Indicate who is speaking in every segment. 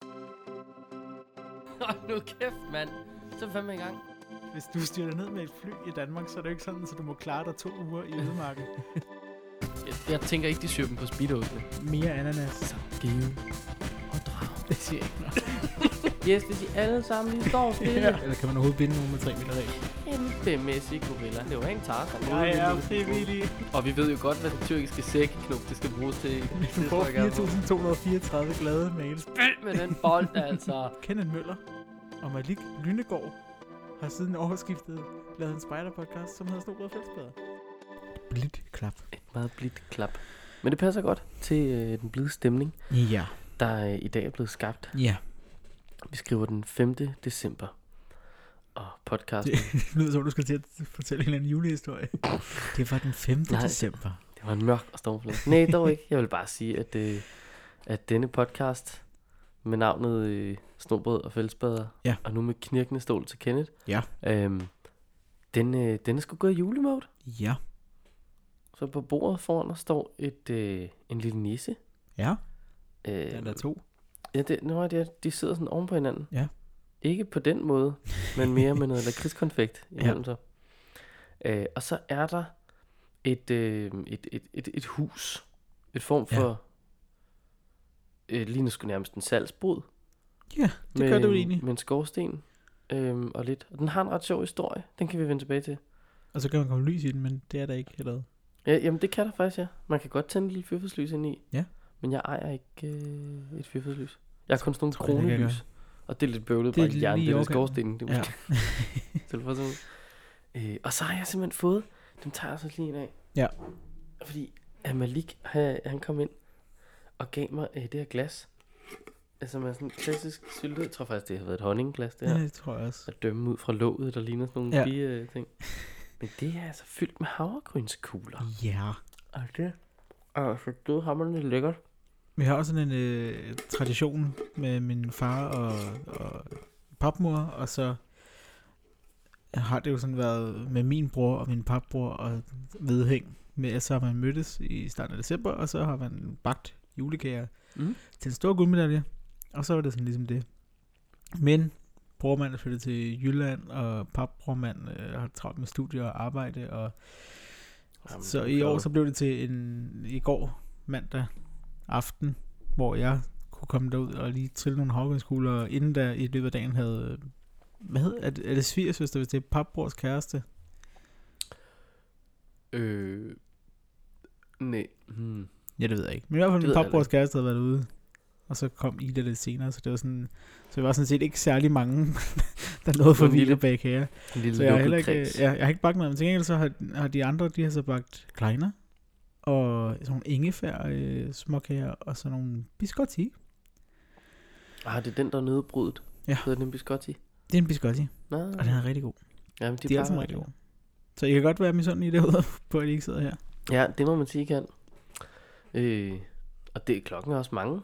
Speaker 1: Hold nu kæft, mand. Så er vi fandme i gang.
Speaker 2: Hvis du styrer ned med et fly i Danmark, så er det jo ikke sådan, så du må klare dig to uger i ødemarken.
Speaker 1: Jeg, jeg tænker ikke, de syr dem på speedosene.
Speaker 2: Mere ananas.
Speaker 1: Give og drag.
Speaker 2: Det siger jeg ikke noget.
Speaker 1: Yes, hvis I alle sammen lige står stille. ja.
Speaker 3: Eller kan man overhovedet binde nogen med 3 meter regel?
Speaker 1: Kæmpemæssig gorilla. Det var en tarzan.
Speaker 2: Jeg er frivillig.
Speaker 1: Og vi ved jo godt, hvad den tyrkiske sækknop, det skal bruges til.
Speaker 2: Du får
Speaker 1: trykker jeg på.
Speaker 2: 4.234 glade mails.
Speaker 1: Med den bold, altså.
Speaker 2: Kenneth Møller og Malik Lynegård har siden overskiftet lavet en spider-podcast, som hedder Snobrød Fældsbader. Blidt klap.
Speaker 1: Et meget blidt klap. Men det passer godt til øh, den blide stemning,
Speaker 3: Ja.
Speaker 1: der øh, i dag er blevet skabt.
Speaker 3: Ja.
Speaker 1: Vi skriver den 5. december. Og podcasten,
Speaker 2: Det lyder som, du skal til at fortælle en eller anden julehistorie.
Speaker 3: Det var den 5.
Speaker 1: Nej.
Speaker 3: december.
Speaker 1: det var en mørk og stormflod. Nej, dog ikke. Jeg vil bare sige, at, øh, at denne podcast med navnet øh, Snobrød og Fællesbader,
Speaker 3: Ja.
Speaker 1: og nu med knirkende stol til Kenneth,
Speaker 3: Ja.
Speaker 1: øhm, den, øh, den er sgu gået i julemode.
Speaker 3: Ja.
Speaker 1: Så på bordet foran os står et, øh, en lille nisse.
Speaker 3: Ja.
Speaker 1: Øh,
Speaker 3: Den er to.
Speaker 1: Ja, det, nå, det er, de sidder sådan oven på hinanden.
Speaker 3: Ja.
Speaker 1: Ikke på den måde, men mere med noget lakridskonfekt imellem ja. sig. Øh, og så er der et, øh, et, et, et, et hus. Et form
Speaker 3: Ja.
Speaker 1: for... Øh, lige nu skulle nærmest en salgsbrud.
Speaker 3: Ja, det gør det jo egentlig.
Speaker 1: Med en skorsten øh, og lidt. Og den har en ret sjov historie. Den kan vi vende tilbage til.
Speaker 2: Og så kan man komme lys i den, men det er der ikke heller.
Speaker 1: Ja, jamen det kan der faktisk, ja. Man kan godt tænde et lille fyrfærdslys ind i.
Speaker 3: Ja.
Speaker 1: Men jeg ejer ikke øh, et fyrfærdslys. Jeg har kun sådan nogle
Speaker 3: tror jeg heller ikke, jeg
Speaker 1: kronelys. Og det er lidt bøvlet
Speaker 3: Det
Speaker 1: bare
Speaker 3: er
Speaker 1: i hjernen.
Speaker 3: lige
Speaker 1: Det er
Speaker 3: i
Speaker 1: lidt
Speaker 3: overkanten.
Speaker 1: skorstenen. Det er
Speaker 3: Ja.
Speaker 1: måske selv for sådan. Øh, og så har jeg simpelthen fået, dem tager jeg så lige en af.
Speaker 3: Ja.
Speaker 1: Fordi at Malik, han, han kom ind og gav mig øh, det her glas. Altså man sådan klassisk syltet. Jeg tror faktisk, det har været et honningglas, det
Speaker 2: Ja.
Speaker 1: her
Speaker 2: det tror jeg også.
Speaker 1: at dømme ud fra låget, der ligner sådan nogle ja.
Speaker 3: Ja.
Speaker 1: fire øh, ting. Men det er altså fyldt med havregrynskugler.
Speaker 3: Ja.
Speaker 1: Og det er altså dødhammerende lækkert.
Speaker 2: Vi har også sådan en øh, tradition med min far og, og papmor, og så har det jo sådan været med min bror og min papbror og vedhæng. Med, at så har man mødtes i starten af december, og så har man bagt julekager
Speaker 1: Mm.
Speaker 2: til en stor guldmedalje, og så var det sådan ligesom det. Men brormand er flyttet til Jylland, og papbrormand øh, har travlt med studier og arbejde, og
Speaker 1: Jamen,
Speaker 2: så
Speaker 1: det er
Speaker 2: i år
Speaker 1: flot.
Speaker 2: så blev det til en i går mandag aften, hvor jeg kunne komme derud og lige trille nogle havgrønskugler, og inden der i løbet af dagen havde, øh, hvad hedder, er det, er det svigersøster, hvis det er papbrors kæreste?
Speaker 1: Øh... Nej. Hmm.
Speaker 2: Ja, det ved jeg ikke. Men i hvert fald
Speaker 1: Det
Speaker 2: min
Speaker 1: ved jeg
Speaker 2: papbrors kæreste havde været ude, og så kom Ida lidt senere, så det var sådan, så vi var sådan set ikke særlig mange, der nåede for
Speaker 1: en lille
Speaker 2: vildt bag her.
Speaker 1: En lille
Speaker 2: Så jeg har
Speaker 1: lukket
Speaker 2: heller
Speaker 1: ikke,
Speaker 2: ikke,
Speaker 1: kreds.
Speaker 2: ja, jeg har ikke bagt noget, men til gengæld så har, har de andre, de har så bagt kleiner, og sådan nogle ingefær øh, småkager, og sådan nogle biscotti.
Speaker 1: Ah, det er den, der er nødebrudet.
Speaker 2: Ja.
Speaker 1: Hedder den biscotti?
Speaker 2: Det er en biscotti,
Speaker 1: Nej.
Speaker 2: og den er rigtig god.
Speaker 1: Jamen, de,
Speaker 2: Det er
Speaker 1: plejer
Speaker 2: altså
Speaker 1: at
Speaker 2: rigtig
Speaker 1: være
Speaker 2: god. Så I kan godt være misundelige derude på, at I ikke sidder her.
Speaker 1: det. Ja, det må man sige, I kan. Øh, og det, klokken er også mange.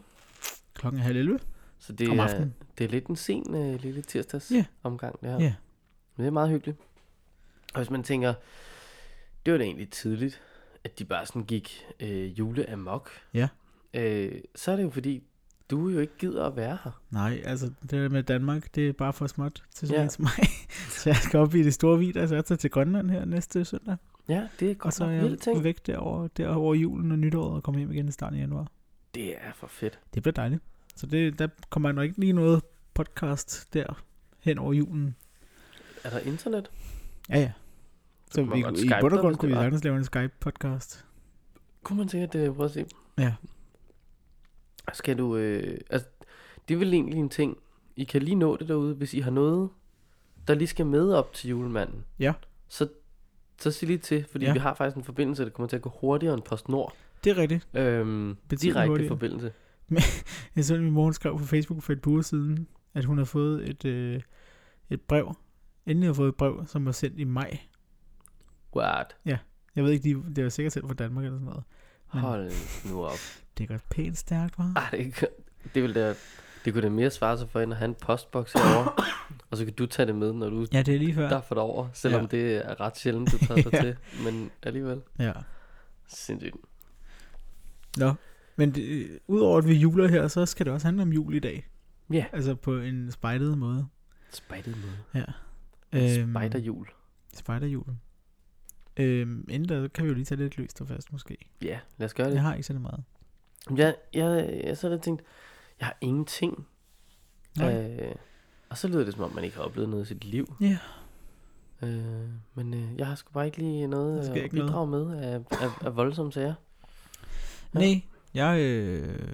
Speaker 2: Klokken er halv 11
Speaker 1: Så det,
Speaker 2: om
Speaker 1: er,
Speaker 2: aftenen.
Speaker 1: det er lidt en sen øh, lille tirsdags
Speaker 2: Ja.
Speaker 1: omgang, det her.
Speaker 2: Ja. ja.
Speaker 1: Men det er meget hyggeligt. Og hvis man tænker, det var da egentlig tidligt, at de bare sådan gik øh, juleamok.
Speaker 2: Ja.
Speaker 1: Øh, så er det jo fordi, du jo ikke gider at være her.
Speaker 2: Nej, altså det der med Danmark, det er bare for småt til sådan
Speaker 1: Ja.
Speaker 2: ja. en som mig. så jeg skal op i det store vidder, så jeg tager til Grønland her næste søndag.
Speaker 1: Ja, det er
Speaker 2: Og
Speaker 1: godt
Speaker 2: så
Speaker 1: nok
Speaker 2: er
Speaker 1: vildt ting.
Speaker 2: jeg væk derover, derover julen og nytåret og kommer hjem igen i starten af januar.
Speaker 1: Det er for fedt.
Speaker 2: Det bliver dejligt. Så det, der kommer nok ikke lige noget podcast der hen over julen.
Speaker 1: Er der internet?
Speaker 2: Ja, ja. Så
Speaker 1: kan man
Speaker 2: vi,
Speaker 1: godt
Speaker 2: i
Speaker 1: skype
Speaker 2: bund og
Speaker 1: dig,
Speaker 2: grund
Speaker 1: hvis
Speaker 2: kunne vi
Speaker 1: det var.
Speaker 2: sagtens lave en Skype-podcast.
Speaker 1: Kunne man sikkert øh, prøve at se?
Speaker 2: Ja.
Speaker 1: Skal du... Øh, altså, det er vel egentlig en ting. I kan lige nå det derude, hvis I har noget, der lige skal med op til julemanden.
Speaker 2: Ja.
Speaker 1: Så, så sig lige til, fordi ja.
Speaker 2: Ja.
Speaker 1: vi har faktisk en forbindelse, der kommer til at gå hurtigere end PostNord.
Speaker 2: Det er rigtigt.
Speaker 1: Øhm,
Speaker 2: Betydeligt
Speaker 1: direkte
Speaker 2: hurtigere.
Speaker 1: forbindelse.
Speaker 2: Jeg så, at min mor hun skrev på Facebook for et par uger siden, at hun har fået et, øh, et brev. Endelig har fået et brev, som var sendt i maj.
Speaker 1: What?
Speaker 2: Jeg ved ikke, de, det var sikkert sendt fra Danmark eller sådan noget. Men-
Speaker 1: Hold nu op.
Speaker 2: Det er godt pænt stærkt, var.
Speaker 1: Ah, det, kan- det, ville da, det kunne da mere svare sig for, end at have en postboks herovre. og så kan du tage det med, når du
Speaker 2: Ja, det er lige før.
Speaker 1: der for over, selvom ja.
Speaker 2: Ja.
Speaker 1: det er ret sjældent, du tager dig
Speaker 2: Ja.
Speaker 1: til. Men alligevel.
Speaker 2: Ja.
Speaker 1: Sindssygt.
Speaker 2: Nå. Men det, øh, udover at vi juler her, så skal det også handle om jul i dag.
Speaker 1: Ja,
Speaker 2: Altså på en spejlet måde.
Speaker 1: spejdet måde.
Speaker 2: Øhm,
Speaker 1: Spejderhjul.
Speaker 2: Spejderhjul. Øhm, inden der kan vi jo lige tage lidt løst og fast måske.
Speaker 1: Ja, lad os gøre det.
Speaker 2: Jeg har ikke så meget.
Speaker 1: Jeg, jeg, jeg så havde tænkt, jeg har ingenting.
Speaker 2: Nej.
Speaker 1: Øh, og så lyder det, som om man ikke har oplevet noget i sit liv.
Speaker 2: Ja.
Speaker 1: Øh, men øh, jeg har sgu bare ikke lige
Speaker 2: Der
Speaker 1: noget
Speaker 2: sker
Speaker 1: øh, at
Speaker 2: ikke noget.
Speaker 1: bidrage med af, af, af voldsomme sager. Ja.
Speaker 2: Nej, jeg øh,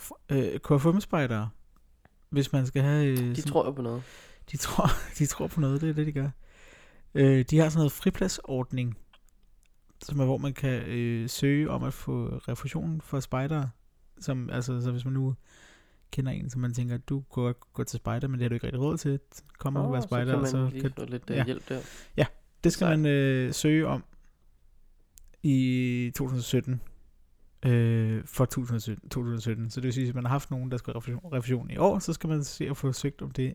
Speaker 2: f- øh, KFM-spejdere, hvis man skal have... Øh,
Speaker 1: De
Speaker 2: sådan-
Speaker 1: tror jo på noget.
Speaker 2: de, tror, de tror på noget, det er det, de gør. Øh, de har sådan noget fripladsordning, som er, hvor man kan øh, søge om at få refusion for spejdere. Som, altså, så hvis man nu kender en, som man tænker, du kunne godt gå til spejder, men det har du ikke rigtig råd til. Kom og oh,
Speaker 1: Åh,
Speaker 2: være spejder,
Speaker 1: så kan man
Speaker 2: og så
Speaker 1: lige
Speaker 2: kan
Speaker 1: få lidt øh,
Speaker 2: ja.
Speaker 1: hjælp der.
Speaker 2: det skal
Speaker 1: Sejt.
Speaker 2: man øh, søge om i 2017. Øh, for 2017, 2017. Så det vil sige, at man har haft nogen, der skal have refusion, refusion i år, så skal man se at få søgt om det,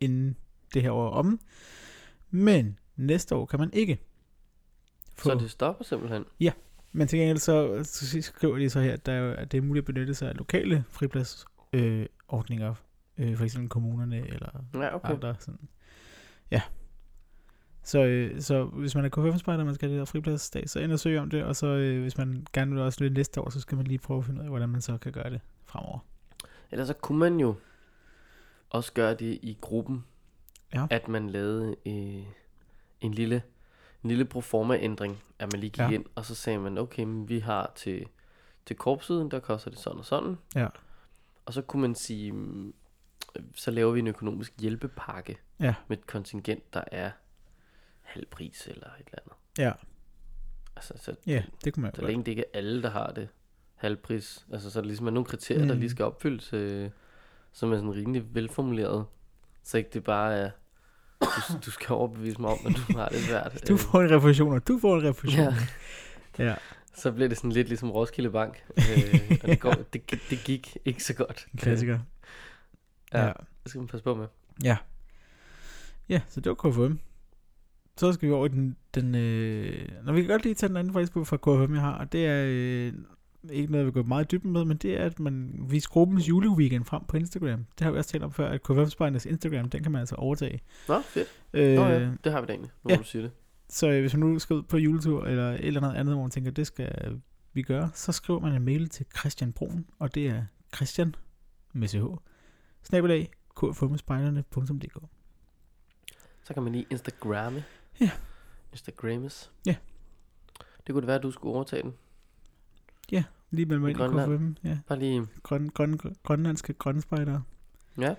Speaker 2: inden det her år er omme. Men næste år kan man ikke.
Speaker 1: Så det stopper simpelthen.
Speaker 2: Men til gengæld så, så skriver de så her, at, der er, jo- at det er muligt at benytte sig af lokale fripladsordninger, øh, ordninger, øh, for eksempel kommunerne eller
Speaker 1: Ja,
Speaker 2: okay.
Speaker 1: okay.
Speaker 2: andre. Sådan. Ja. Så, øh, så hvis man er KFM-spejder, man skal have det der fripladsdag, så ind og søge om det, og så øh, hvis man gerne vil også løbe næste år, så skal man lige prøve at finde ud af, hvordan man så kan gøre det fremover.
Speaker 1: Ellers så kunne man jo også gøre det i gruppen,
Speaker 2: Ja.
Speaker 1: at man lavede øh, en lille en lille proforma-ændring, at man lige gik
Speaker 2: Ja.
Speaker 1: ja. ind, og så sagde man, okay, men vi har til, til korpsiden, der koster det sådan og sådan.
Speaker 2: Ja.
Speaker 1: Og så kunne man sige, mm, så laver vi en økonomisk hjælpepakke
Speaker 2: Ja.
Speaker 1: med et kontingent, der er halv pris eller et eller andet.
Speaker 2: Ja.
Speaker 1: Altså, så,
Speaker 2: Ja, det kunne man
Speaker 1: så
Speaker 2: jo godt.
Speaker 1: længe det ikke er alle, der har det halvpris, altså så er der ligesom er nogle kriterier, mm. der
Speaker 2: Mm.
Speaker 1: lige skal opfyldes, øh, som er sådan rimelig velformuleret, så ikke det bare er, du, du skal overbevise mig om, at du har det svært.
Speaker 2: Du
Speaker 1: øh,
Speaker 2: får en refusion, og du får en refusion.
Speaker 1: ja,
Speaker 2: ja.
Speaker 1: så bliver det sådan lidt ligesom Roskilde Bank, øh, og det, går, det, det gik ikke så godt.
Speaker 2: En klassiker.
Speaker 1: Ja.
Speaker 2: ja.
Speaker 1: Øh, Det skal man passe på med.
Speaker 2: Ja, så det var KFM. Så skal vi over i den... den øh... Nå, vi kan godt lige tage den anden faktisk på fra KFM, jeg har, og det er øh, ikke noget, vi går meget i dybden med, men det er, at man viser gruppens juleweekend frem på Instagram. Det har vi også talt om før, at kfm spejdernes Instagram, den kan man altså overtage.
Speaker 1: Nå, fedt.
Speaker 2: Øh,
Speaker 1: Nå, ja, det har vi da egentlig, nu
Speaker 2: ja.
Speaker 1: ja. du siger det.
Speaker 2: Så øh, hvis man nu skal ud på juletur, eller et eller andet andet, hvor man tænker, det skal vi gøre, så skriver man en mail til Christian Brun, og det er Christian med CH, snabelag, kfmspejderne.dk.
Speaker 1: Så kan man lige Instagramme.
Speaker 2: Ja.
Speaker 1: Instagrammes.
Speaker 2: Ja.
Speaker 1: Det kunne det være, at du skulle overtage den.
Speaker 2: Lige med mig ind i
Speaker 1: Grønland.
Speaker 2: KFM, ja.
Speaker 1: Bare lige...
Speaker 2: grøn, grøn, grønlandske grønspejdere.
Speaker 1: Ja.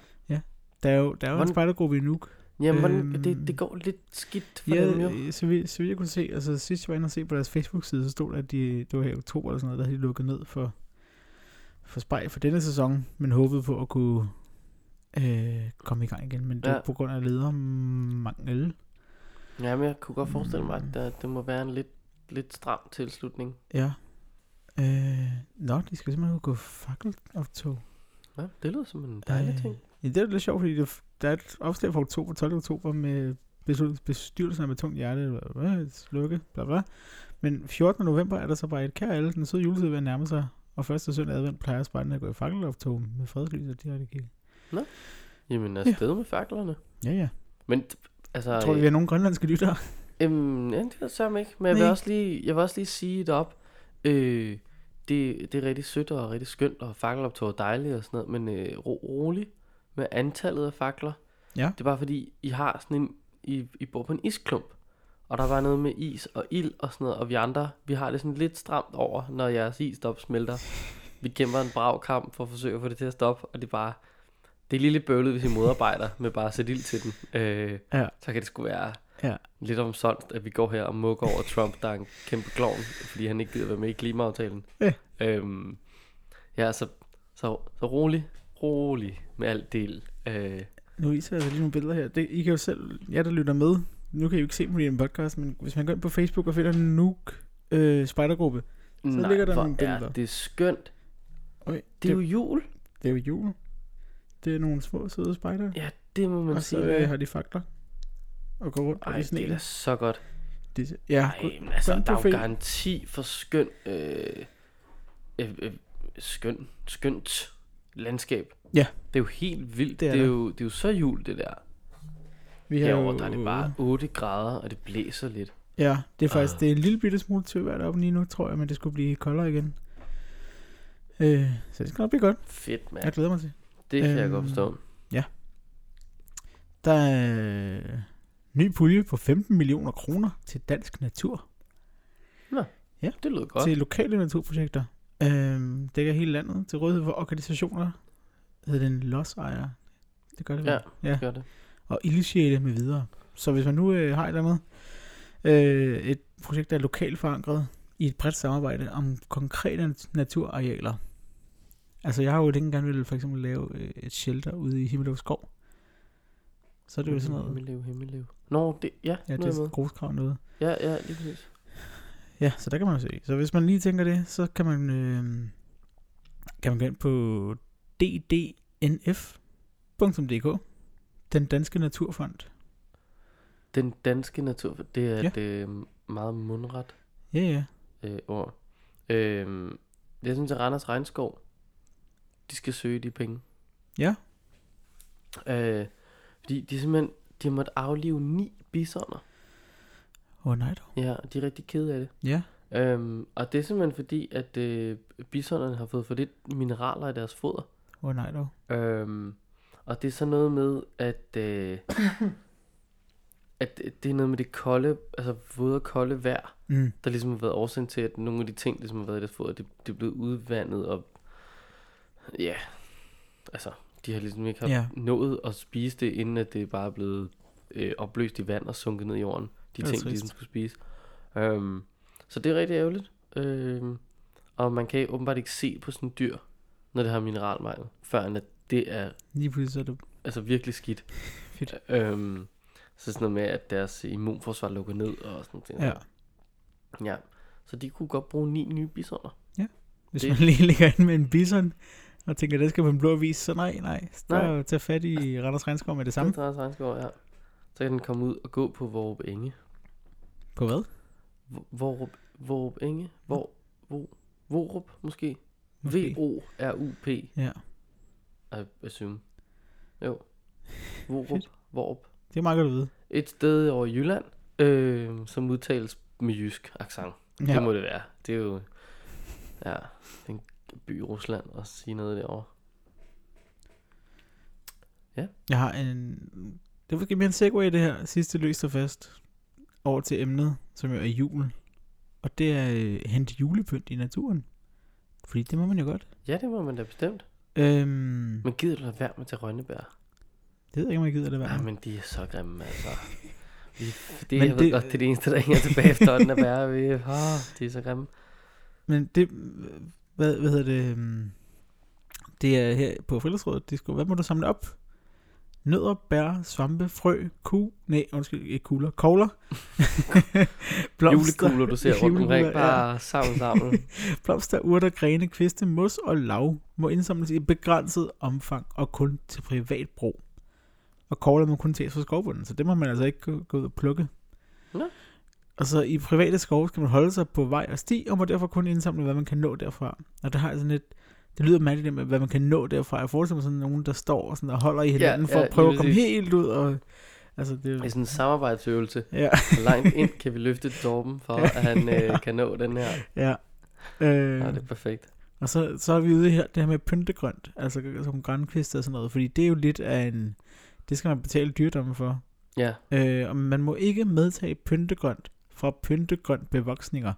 Speaker 2: Der er jo, der er jo en
Speaker 1: Hvordan-
Speaker 2: spejdergruppe i Nuuk.
Speaker 1: Jamen,
Speaker 2: Øhm.
Speaker 1: øhm, det, det går lidt skidt for
Speaker 2: Ja,
Speaker 1: dem jo.
Speaker 2: øh, så vi, så vi kunne se, altså sidst jeg var inde og se på deres Facebook-side, så stod der, at de, det var her i oktober eller sådan noget, der havde de lukket ned for, for spejl for denne sæson, men håbede på at kunne øh, komme i gang igen, men det
Speaker 1: Ja.
Speaker 2: var på grund af ledermangel.
Speaker 1: Jamen, jeg kunne godt forestille mig, at der, det må være en lidt, lidt stram tilslutning.
Speaker 2: Ja. Øh, nå, de skal simpelthen ud og gå fakkeloptog.
Speaker 1: Ja, det lyder som en dejlig
Speaker 2: Øh,
Speaker 1: ting.
Speaker 2: Ja, det er lidt sjovt, fordi det, der er et opslag fra oktober, 12. oktober med beslut- bestyrelsen af med tungt hjerte, eller hvad, et slukke, bla bla. Men 14. november er der så bare et kær alle, den søde juletid ved at nærme sig, og første søndag i advent plejer spejlene at gå i fakkeloptog med fredslys og direkte kirke.
Speaker 1: Jamen, afsted med faklerne.
Speaker 2: Ja, ja.
Speaker 1: Men, t- altså...
Speaker 2: Jeg tror, vi
Speaker 1: øh,
Speaker 2: har nogle grønlandske lyttere.
Speaker 1: Øhm, ja, det er sørme ikke. Men jeg vil,
Speaker 2: Nej.
Speaker 1: også lige, jeg vil også lige sige det op. Øh, det, det er rigtig sødt og rigtig skønt, og fakkeloptog er dejligt og sådan noget, men øh, ro, rolig med antallet af fakler.
Speaker 2: Ja.
Speaker 1: Det er bare fordi, I har sådan en, I, I bor på en isklump, og der er bare noget med is og ild og sådan noget, og vi andre, vi har det sådan lidt stramt over, når jeres isdop smelter. Vi kæmper en brav kamp for at forsøge at få det til at stoppe, og det er bare, det er lige lidt bøvlet, hvis I modarbejder med bare at sætte ild til den. Øh,
Speaker 2: Ja.
Speaker 1: Så kan det sgu være,
Speaker 2: Ja.
Speaker 1: lidt omsonst, at vi går her og mukker over Trump, der er en kæmpe klovn, fordi han ikke gider være med i klimaaftalen.
Speaker 2: Ja.
Speaker 1: Øhm, ja, så, så, så rolig, rolig med alt del. Øh,
Speaker 2: Nu viser jeg altså lige nogle billeder her. Det, I kan jo selv, jer der lytter med, nu kan I jo ikke se dem i en podcast, men hvis man går ind på Facebook og finder en Nuuk øh, spejdergruppe,
Speaker 1: nej,
Speaker 2: ligger der
Speaker 1: hvor
Speaker 2: nogle
Speaker 1: er
Speaker 2: billeder.
Speaker 1: det skønt.
Speaker 2: Øj, det,
Speaker 1: Det er jo jul.
Speaker 2: det, er jo jul. Det er nogle små søde spejder.
Speaker 1: Ja, det må man
Speaker 2: og så
Speaker 1: sige.
Speaker 2: øh, har de fakler. Og går rundt
Speaker 1: Ej,
Speaker 2: Ej, i
Speaker 1: det er
Speaker 2: sneen.
Speaker 1: da så godt.
Speaker 2: Det, ja,
Speaker 1: Ej, men altså,
Speaker 2: Ah, Sådan
Speaker 1: der er
Speaker 2: profil.
Speaker 1: jo garanti for skøn... Øh, øh, øh, skøn, skønt landskab.
Speaker 2: Ja.
Speaker 1: Det er jo helt vildt.
Speaker 2: Det
Speaker 1: Det
Speaker 2: er
Speaker 1: er, det er,
Speaker 2: det.
Speaker 1: jo, det er jo så jul, det der.
Speaker 2: Vi
Speaker 1: Herovre, der er det bare 8 grader, og det blæser lidt.
Speaker 2: Ja, det er faktisk
Speaker 1: Ah.
Speaker 2: det er en lille bitte smule tøvær deroppe lige nu, tror jeg, men det skulle blive koldere igen. Øh, så det skal nok blive godt.
Speaker 1: Fedt, mand.
Speaker 2: Jeg glæder mig til.
Speaker 1: Det kan jeg godt
Speaker 2: Øhm,
Speaker 1: forstå.
Speaker 2: Der er øh, ny pulje på 15 millioner kroner til dansk natur.
Speaker 1: Det lyder
Speaker 2: Godt.
Speaker 1: godt.
Speaker 2: Til lokale naturprojekter. Øh, dækker hele landet til rådighed for organisationer. Hedder den lodsejer. Det gør det vel?
Speaker 1: Ja,
Speaker 2: ja.
Speaker 1: Gør det.
Speaker 2: og ildsjæle med videre. Så hvis man nu øh, har et eller andet, øh, et projekt, der er lokalt forankret i et bredt samarbejde om konkrete nat- naturarealer. Altså jeg har jo længe gerne ville for eksempel lave øh, et shelter ude i Himmeløv Skov. Så er det jo sådan noget,
Speaker 1: Himmellev, himmellev. Nå, det, ja,
Speaker 2: ja, det er sådan et gruskrav noget.
Speaker 1: ja, ja, lige præcis.
Speaker 2: Ja, så der kan man jo se. Så hvis man lige tænker det, så kan man, øh, kan man gå ind på ddnf.dk, den danske naturfond.
Speaker 1: Den danske natur, det er
Speaker 2: Ja.
Speaker 1: ja. et øh, meget mundret
Speaker 2: Ja, ja.
Speaker 1: øh, ord. Øh, jeg synes, at Randers Regnskov, de skal søge de penge.
Speaker 2: Ja.
Speaker 1: Øh, fordi de simpelthen, de har måttet aflive ni bisoner.
Speaker 2: Åh oh, nej dog.
Speaker 1: Ja, og de er rigtig kede af det.
Speaker 2: Ja.
Speaker 1: Øhm, og det er simpelthen fordi, at øh, bisonerne har fået for lidt mineraler i deres foder.
Speaker 2: Åh oh, nej dog.
Speaker 1: Øhm, og det er så noget med, at, øh, at det er noget med det kolde, altså våde og kolde vejr,
Speaker 2: Mm.
Speaker 1: der ligesom har været årsagen til, at nogle af de ting, der ligesom har været i deres foder, det, det er blevet udvandet, og ja, altså, de har ligesom ikke haft
Speaker 2: Ja.
Speaker 1: nået at spise det, inden at det bare er blevet øh, opløst i vand og sunket ned i jorden. De
Speaker 2: Det er
Speaker 1: ting, de
Speaker 2: trist.
Speaker 1: ligesom skulle spise. Øhm, så det er rigtig ærgerligt. Øhm, og man kan åbenbart ikke se på sådan et dyr, når det har mineralmangel, før end at det er
Speaker 2: Lige pludselig så er det...
Speaker 1: altså virkelig skidt.
Speaker 2: Fedt.
Speaker 1: Øhm, så sådan noget med, at deres immunforsvar lukker ned og sådan noget.
Speaker 2: Ja.
Speaker 1: ja. Så de kunne godt bruge ni nye bisoner.
Speaker 2: Hvis
Speaker 1: Det-
Speaker 2: man lige ligger ind med en bison, og tænker, det skal på en blå avis, så nej, nej.
Speaker 1: Nej.
Speaker 2: Så tag fat i Randers Regnskov med det samme.
Speaker 1: Det drejer sig regnskov, ja. Så kan den komme ud og gå på Vorup Enge.
Speaker 2: På hvad?
Speaker 1: Vo- Vorup, Vorup Enge? Vor, Vor, Vorup måske?
Speaker 2: Måske.
Speaker 1: V-O-R-U-P,
Speaker 2: Ja,
Speaker 1: I assume. Jo. Vorup, Vorup.
Speaker 2: det er meget godt at vide.
Speaker 1: Et sted over i Jylland, øh, som udtales med jysk accent. Ja.
Speaker 2: Ja.
Speaker 1: Det må det være. Det er jo... Ja, det er en by i Rusland og sige noget derovre.
Speaker 2: Jeg har en... Det er måske mere en segway, det her sidste løst og fast. Over til emnet, som jo er jul. Og det er øh, hente julepynt i naturen. Fordi det må man jo godt.
Speaker 1: Ja, det må man da bestemt.
Speaker 2: Øhm,
Speaker 1: Men gider du lade være med til Rønnebær?
Speaker 2: det ved jeg ikke, om jeg gider det være.
Speaker 1: Ja,
Speaker 2: med.
Speaker 1: men de er så grimme, altså. Vi, det,
Speaker 2: Men
Speaker 1: jeg ved
Speaker 2: det-
Speaker 1: godt, det er det eneste, der hænger tilbage efterhånden at være. Vi, oh, de er så grimme.
Speaker 2: Men det, hvad, hvad hedder det, øhm, det er her på friluftsrådet, det skulle, hvad må du samle op? Nødder, bær, svampe, frø, ku, nej, undskyld, ikke kugler, kogler, blomster,
Speaker 1: Julekugler, du ser rundt omkring. Ah,
Speaker 2: Julekugler, ja.
Speaker 1: Bare sammen, sammen.
Speaker 2: blomster, urter, grene, kviste, mos og lav må indsamles i begrænset omfang og kun til privat brug. Og kogler må kun tages fra skovbunden, så det må man altså ikke gå, gå ud og plukke.
Speaker 1: Nå.
Speaker 2: Og så i private skove skal man holde sig på vej og sti, og må derfor kun indsamle, hvad man kan nå derfra. Og der har jeg sådan lidt, det lyder mærkeligt det med, hvad man kan nå derfra. Jeg forestiller mig sådan nogen, der står og, sådan, og holder i hinanden ja, for
Speaker 1: ja,
Speaker 2: at prøve at
Speaker 1: lige
Speaker 2: komme
Speaker 1: præcis.
Speaker 2: helt ud. Og, altså
Speaker 1: Det er
Speaker 2: det,
Speaker 1: sådan en samarbejdsøvelse.
Speaker 2: ja,
Speaker 1: Hvor langt ind kan vi løfte Torben for, at han øh, kan nå den her?
Speaker 2: ja.
Speaker 1: Ja,
Speaker 2: Øh,
Speaker 1: det er perfekt.
Speaker 2: Og så, så er vi ude i her, det her med pyntegrønt, altså som grønkvist og sådan noget, fordi det er jo lidt af en, det skal man betale dyrdommen for.
Speaker 1: Ja,
Speaker 2: Øh, og man må ikke medtage pyntegrønt fra pyntegrønt bevoksninger.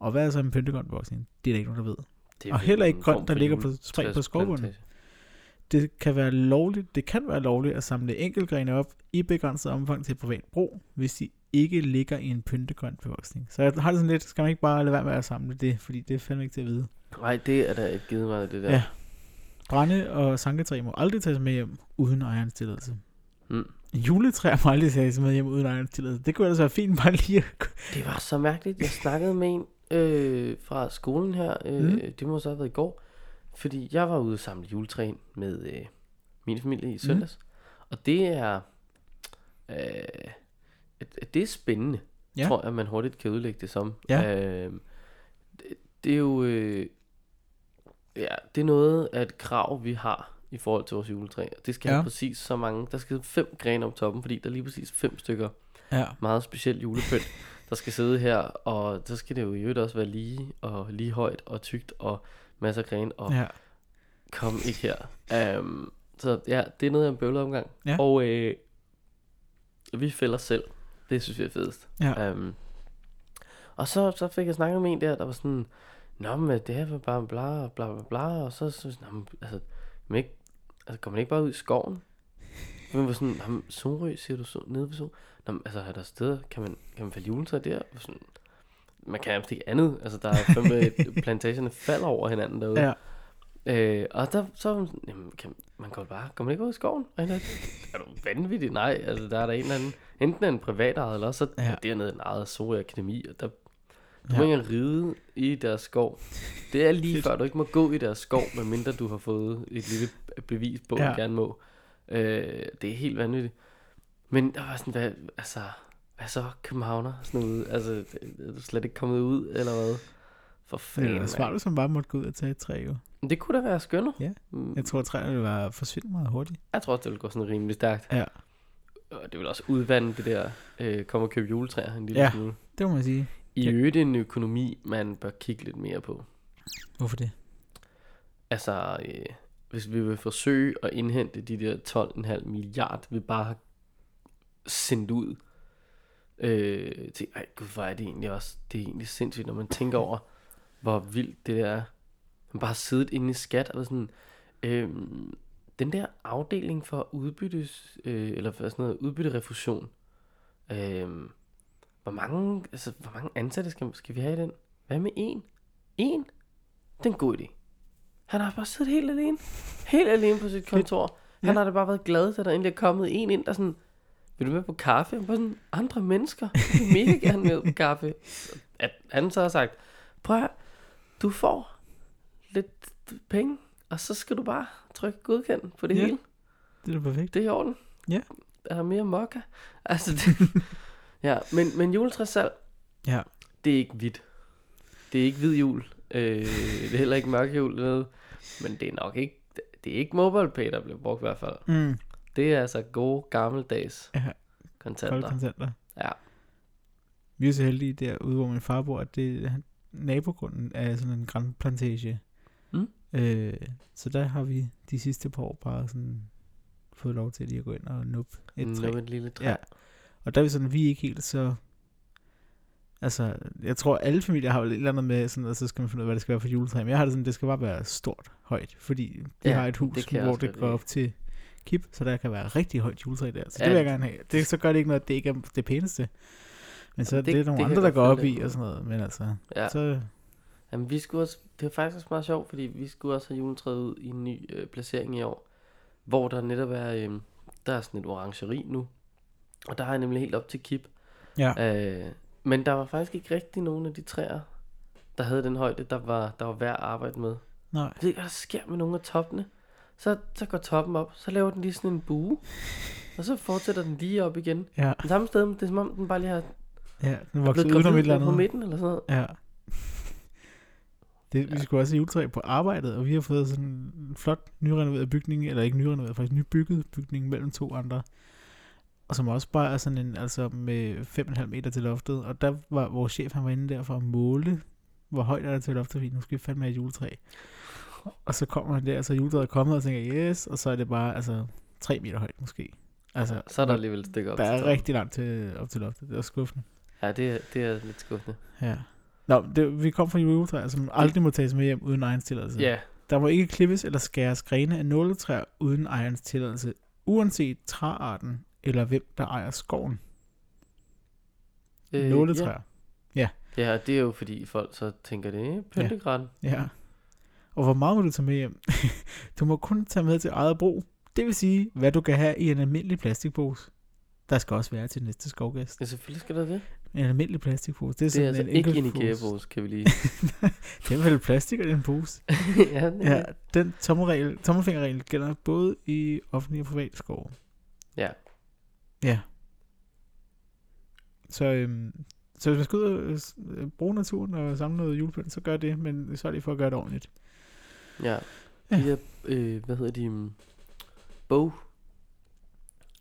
Speaker 2: Og hvad er så en pyntegrønt bevoksning? Det er der ikke nogen, der ved.
Speaker 1: det
Speaker 2: og
Speaker 1: vel
Speaker 2: heller ikke
Speaker 1: en form
Speaker 2: grønt, der
Speaker 1: for
Speaker 2: ligger på,
Speaker 1: jule-
Speaker 2: spredt på
Speaker 1: træs-
Speaker 2: skovbunden.
Speaker 1: plantage.
Speaker 2: Det kan være lovligt, det kan være lovligt at samle enkeltgrene op i begrænset omfang til privat brug, hvis de ikke ligger i en pyntegrønt bevoksning. Så jeg har det sådan lidt, skal man ikke bare lade være med at samle det, fordi det er fandme ikke til at vide.
Speaker 1: Nej, det er da et givet mig, det der.
Speaker 2: Ja. Brænde og sanketræ må aldrig tages med hjem uden ejerens tilladelse.
Speaker 1: Mm.
Speaker 2: Juletræer må aldrig tages med hjem uden ejerens tilladelse. Det kunne ellers være fint bare lige at...
Speaker 1: Det var så mærkeligt. Jeg snakkede med en øh, fra skolen her. Øh,
Speaker 2: Mm.
Speaker 1: mm. Det må så have været i går. Fordi jeg var ude og samle juletræ ind med øh, min familie i søndags. Mm. Og det er... Øh, at- at det er spændende,
Speaker 2: Ja.
Speaker 1: ja. tror jeg, man hurtigt kan udlægge Øh, det som.
Speaker 2: Ja.
Speaker 1: Øh, det, det er jo... Øh, Ja, det er noget af et krav, vi har i forhold til vores juletræ. Det skal ja.
Speaker 2: Ja.
Speaker 1: have præcis så mange. Der skal fem grene om toppen, fordi der er lige præcis fem stykker
Speaker 2: Ja.
Speaker 1: meget speciel julepynt, der skal sidde her. Og så skal det jo i øvrigt også være lige, og lige højt og tykt, og masser af grene, og ja.
Speaker 2: ja.
Speaker 1: kom ikke her. Um, så ja, det er noget af en bøvleomgang.
Speaker 2: Ja.
Speaker 1: Og øh, vi fælder selv. Det synes vi er fedest.
Speaker 2: Ja.
Speaker 1: Um, og så, så fik jeg snakket med en der, der var sådan, Nå, men det her var bare bla bla bla bla, og så synes jeg, "Nå, men, altså, men ikke, altså, går man ikke bare ud i skoven? Men var sådan, ham, Sorø, siger du, så, nede ved Sorø? Nå, men, altså, er der steder, kan man, kan man falde juletræ der? Og Sådan, man kan nærmest ikke andet. Altså, der er fandme, plantagerne falder over hinanden derude.
Speaker 2: Ja.
Speaker 1: Øh, og der, så var hun sådan, jamen, kan, man går bare, går man ikke ud i skoven? Og han er, er du vanvittig? Nej, altså der er der en eller anden, enten er en privat ejet, eller også ja.
Speaker 2: Ja.
Speaker 1: er dernede en ejet Sorø Akademi, og der, du
Speaker 2: Ja.
Speaker 1: må ikke engang ride i deres skov. Det er lige før, du ikke må gå i deres skov, medmindre du har fået et lille bevis på, ja.
Speaker 2: Ja.
Speaker 1: at du gerne må. Øh, det er helt vanvittigt. Men der var sådan, hvad, altså, hvad så københavner? Sådan noget, altså, er du slet ikke kommet ud, eller hvad? For fanden,
Speaker 2: Det var smart, hvis man bare måtte gå ud og tage et træ. Jo.
Speaker 1: mand. Det kunne da være skønner.
Speaker 2: Ja.
Speaker 1: Mm,
Speaker 2: Jeg tror, at træerne ville være forsvinde meget hurtigt.
Speaker 1: Jeg tror også, det vil gå sådan rimelig stærkt.
Speaker 2: Ja.
Speaker 1: Og det vil også udvande det der, øh, kom og køb juletræer en lille ja.
Speaker 2: Ja.
Speaker 1: smule.
Speaker 2: Det må man sige.
Speaker 1: I
Speaker 2: Ja.
Speaker 1: øvrigt en økonomi, man bør kigge lidt mere på.
Speaker 2: Hvorfor det?
Speaker 1: Altså, øh, hvis vi vil forsøge at indhente de der 12,5 milliard, vi bare har sendt ud øh, til, ej gud, hvor er det egentlig også, det er egentlig sindssygt, når man tænker over, hvor vildt det der er. Man bare har siddet inde i skat og været sådan, øh, den der afdeling for udbyttes, øh, eller for sådan noget, udbytterefusion, øh, hvor mange, altså, hvor mange ansatte skal, skal vi have i den? Hvad med en? En? Det er en god idé. Han har bare siddet helt alene. Helt alene på sit kontor. Han har da bare været glad, da der endelig er kommet en ind, der sådan, vil du med på kaffe? Han var sådan, andre mennesker vil mega gerne med på kaffe. At han så har sagt, prøv at høre, du får lidt penge, og så skal du bare trykke godkend på det
Speaker 2: Ja.
Speaker 1: hele.
Speaker 2: Det er da perfekt.
Speaker 1: Det er i orden.
Speaker 2: Ja.
Speaker 1: Er der mere mokka? Altså, det, ja, men, men juletræssalg,
Speaker 2: Ja.
Speaker 1: det er ikke hvidt. Det er ikke hvid jul. Øh, det er heller ikke mørk jul eller noget. Men det er nok ikke, det er ikke mobile pay, der bliver brugt i hvert fald.
Speaker 2: Mm.
Speaker 1: Det er altså gode gammeldags
Speaker 2: Ja. Kolde
Speaker 1: kontanter.
Speaker 2: kontanter.
Speaker 1: Ja.
Speaker 2: Vi er så heldige derude, hvor min far bor, at det han- nabogrunden er sådan en grænplantage.
Speaker 1: Mm.
Speaker 2: Øh, så der har vi de sidste par år bare sådan fået lov til lige at gå ind og nuppe et træ.
Speaker 1: Nu et lille træ.
Speaker 2: Ja. Og der er vi sådan, vi er ikke helt så... Altså, jeg tror, alle familier har vel et eller andet med, sådan, at så skal man finde ud af, hvad det skal være for et juletræ. Men jeg har det sådan, det skal bare være stort højt, fordi de
Speaker 1: Ja,
Speaker 2: ja, har et hus,
Speaker 1: det kan
Speaker 2: det
Speaker 1: jeg
Speaker 2: hvor
Speaker 1: også
Speaker 2: det
Speaker 1: godt
Speaker 2: går
Speaker 1: lide.
Speaker 2: op til kip, så der kan være rigtig højt juletræ der. Så ja,
Speaker 1: Ja,
Speaker 2: det vil jeg gerne have. Det, så gør det ikke noget, at det ikke er det pæneste. Men så
Speaker 1: Jamen,
Speaker 2: er
Speaker 1: det-
Speaker 2: det, det nogle
Speaker 1: det kan
Speaker 2: andre, der
Speaker 1: jeg
Speaker 2: går
Speaker 1: godt
Speaker 2: op
Speaker 1: følge.
Speaker 2: i og sådan noget. Men altså,
Speaker 1: Ja.
Speaker 2: ja. så...
Speaker 1: Jamen, vi skulle også, det var faktisk også meget sjovt, fordi vi skulle også have juletræet ud i en ny øh, placering i år, hvor der netop er, øh, der er sådan et orangeri nu, og der har jeg nemlig helt op til kip.
Speaker 2: Ja.
Speaker 1: Øh, men der var faktisk ikke rigtig nogen af de træer, der havde den højde, der var, der var værd at arbejde med.
Speaker 2: Nej.
Speaker 1: Jeg ved ikke, hvad der sker med nogle af toppene. Så, så går toppen op, så laver den lige sådan en bue, og så fortsætter den lige op igen.
Speaker 2: Ja,
Speaker 1: Den samme sted, men det er som om, den bare lige har
Speaker 2: ja. Den
Speaker 1: blevet
Speaker 2: voksede udenom et
Speaker 1: gravid
Speaker 2: eller
Speaker 1: nede på
Speaker 2: andet.
Speaker 1: midten eller sådan noget.
Speaker 2: Ja. Det, vi skulle også have juletræ på arbejdet, og vi har fået sådan en flot nyrenoveret bygning, eller ikke nyrenoveret, faktisk nybygget bygning mellem to andre. Og som også bare er sådan en, altså med 5,5 meter til loftet. Og der var vores chef, han var inde der for at måle, hvor højt er der til loftet, fordi nu skal vi fandme have et juletræ. Og så kommer han der, og så er juletræet er kommet, og tænker, yes, og så er det bare, altså, 3 meter højt måske. Altså,
Speaker 1: Så er der alligevel et stykke op.
Speaker 2: der
Speaker 1: til
Speaker 2: er
Speaker 1: toppen.
Speaker 2: rigtig langt til, op til loftet. Det er også skuffende.
Speaker 1: Ja, det, er- det er lidt skuffende.
Speaker 2: Ja. Nå, det, vi kom fra juletræer, som aldrig må tages med hjem uden ejerens tilladelse.
Speaker 1: Ja,
Speaker 2: Der må ikke klippes eller skæres grene af nåletræer uden ejerens tilladelse, uanset træarten eller hvem, der ejer skoven. Øh,
Speaker 1: Ja.
Speaker 2: nåletræer.
Speaker 1: ja, det er jo fordi folk så tænker, det er pyntegræn.
Speaker 2: Ja. ja. Og hvor meget må du tage med hjem? du må kun tage med til eget brug. Det vil sige, hvad du kan have i en almindelig plastikpose. Der skal også være til næste skovgæst.
Speaker 1: Ja, selvfølgelig skal der det.
Speaker 2: En almindelig plastikpose.
Speaker 1: Det
Speaker 2: Det er
Speaker 1: er
Speaker 2: sådan
Speaker 1: altså
Speaker 2: en
Speaker 1: ikke en
Speaker 2: enkeltpose.
Speaker 1: IKEA-pose, kan vi lige.
Speaker 2: Det er vel plastik og det er en pose.
Speaker 1: ja, det er
Speaker 2: Ja, den tommelregel, tommelfingerregel gælder både i offentlig og privat skov.
Speaker 1: Ja.
Speaker 2: Ja. Så, øhm, så hvis man skal øh, ud og øh, bruge naturen og samle noget julepynt, så gør det, men så er det for at gøre det ordentligt.
Speaker 1: Ja. De
Speaker 2: Ja.
Speaker 1: her, øh, hvad hedder de, mm, bog,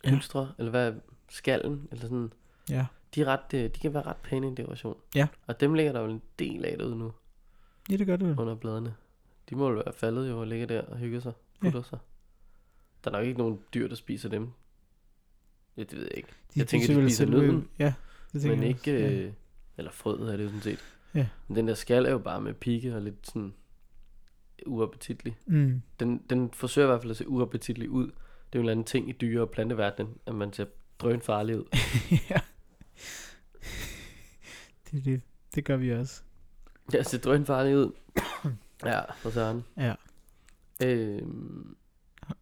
Speaker 2: Ja.
Speaker 1: hylstre, eller hvad, skallen, eller sådan,
Speaker 2: Ja.
Speaker 1: de, er ret, øh, de kan være ret pæne i en dekoration.
Speaker 2: Ja.
Speaker 1: Og dem ligger der jo en del af derude nu,
Speaker 2: Ja, det gør det vel.
Speaker 1: under bladene. De må jo være faldet jo og ligge der og hygge sig,
Speaker 2: Ja.
Speaker 1: putter ja. sig. Der er nok ikke nogen dyr, der spiser dem. Ja, det ved jeg ikke.
Speaker 2: De
Speaker 1: Jeg tænker,
Speaker 2: spiser
Speaker 1: de
Speaker 2: vel
Speaker 1: spiser
Speaker 2: selv, øh,
Speaker 1: nødden,
Speaker 2: Ja, det tænker
Speaker 1: Men
Speaker 2: jeg
Speaker 1: ikke,
Speaker 2: også, ja.
Speaker 1: øh, eller frøet er det jo sådan set.
Speaker 2: Ja.
Speaker 1: Men den der skal er jo bare med pigge og lidt sådan uappetitlig.
Speaker 2: Mm.
Speaker 1: den, den forsøger i hvert fald at se uappetitlig ud. Det er jo en eller anden ting i dyre- og planteverdenen, at man ser drøn farlig ud.
Speaker 2: ja. det, er det, det gør vi også.
Speaker 1: Ja, ser drøn farlig ud. Ja, for søren.
Speaker 2: Ja.
Speaker 1: Øhm,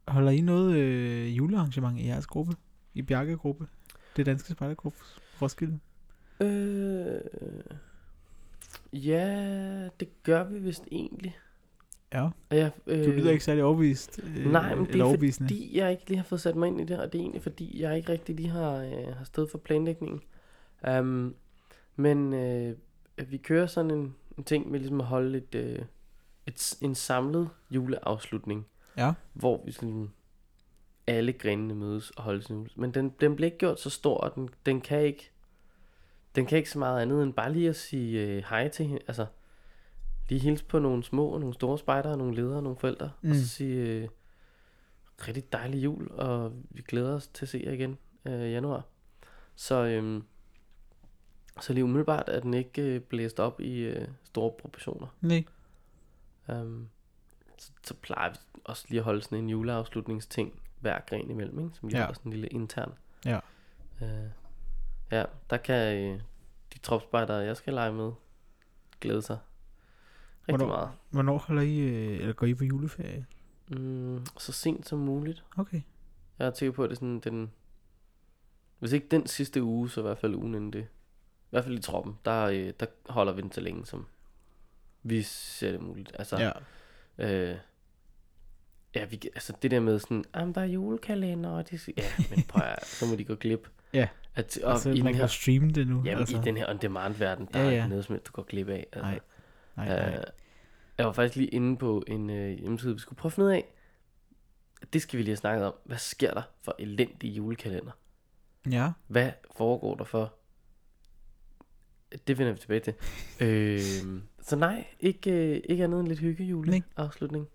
Speaker 2: Holder I noget øh, julearrangement i jeres gruppe? I Bjarke-gruppe? Det danske spejdergruppe? Roskilde?
Speaker 1: øh, ja, det gør vi vist egentlig.
Speaker 2: Ja.
Speaker 1: Og jeg, øh,
Speaker 2: Du lyder ikke særlig overbevist. Øh,
Speaker 1: nej, men det er
Speaker 2: eller overbevisende.
Speaker 1: fordi jeg ikke lige har fået sat mig ind i det, og det er egentlig fordi, jeg ikke rigtig lige har, øh, har stået for planlægningen. Um, men øh, vi kører sådan en, en ting med ligesom at holde et, øh, et, s- en samlet juleafslutning.
Speaker 2: Ja.
Speaker 1: Hvor vi sådan alle grenene mødes og holdes nu. Men den, den bliver ikke gjort så stor, og den, den kan ikke den kan ikke så meget andet end bare lige at sige øh, hej til hende. Altså, lige hilse på nogle små og nogle store spejdere, nogle ledere og nogle forældre. Mm.
Speaker 2: Mm.
Speaker 1: Og så sige, øh, rigtig dejlig jul, og vi glæder os til at se jer igen øh, i januar. Så, øhm, så lige umiddelbart er den ikke øh, blæst op i øh, store proportioner.
Speaker 2: Nej.
Speaker 1: Um, så, så plejer vi også lige at holde sådan en juleafslutningsting hver gren imellem, ikke? som lige
Speaker 2: Ja.
Speaker 1: ja. holder sådan en lille intern.
Speaker 2: Ja.
Speaker 1: Uh, ja, der kan øh, de tropspejdere, jeg skal lege med, glæde sig rigtig
Speaker 2: Hvornår?
Speaker 1: meget.
Speaker 2: Hvornår holder I, øh, eller går I på juleferie?
Speaker 1: Mm, så sent som muligt.
Speaker 2: Okay.
Speaker 1: Jeg er sikker på, at det er sådan den... Hvis ikke den sidste uge, så i hvert fald ugen inden det. I hvert fald i troppen, der, øh, der holder vi den så længe, som vi ser det muligt. Altså,
Speaker 2: Ja.
Speaker 1: Øh, ja, vi, altså det der med sådan, jamen der er julekalender, og det, ja, men prøv at, så må de gå glip.
Speaker 2: Ja,
Speaker 1: At, og
Speaker 2: Altså,
Speaker 1: i, den
Speaker 2: man kan jo
Speaker 1: her,
Speaker 2: streame det nu.
Speaker 1: jamen,
Speaker 2: altså.
Speaker 1: i den her on-demand-verden, der
Speaker 2: Ja,
Speaker 1: ja,
Speaker 2: ja.
Speaker 1: er ikke noget, som helst, du går glip af. Altså,
Speaker 2: Nej, nej, nej.
Speaker 1: Øh, jeg var faktisk lige inde på en øh, hjemmeside, vi skulle prøve at finde ud af. Det skal vi lige have snakket om. Hvad sker der for elendige julekalender?
Speaker 2: Ja.
Speaker 1: Hvad foregår der for? Det vender vi tilbage til. øh, så nej, ikke, øh, ikke andet end lidt hyggejule
Speaker 2: Nej.
Speaker 1: afslutning.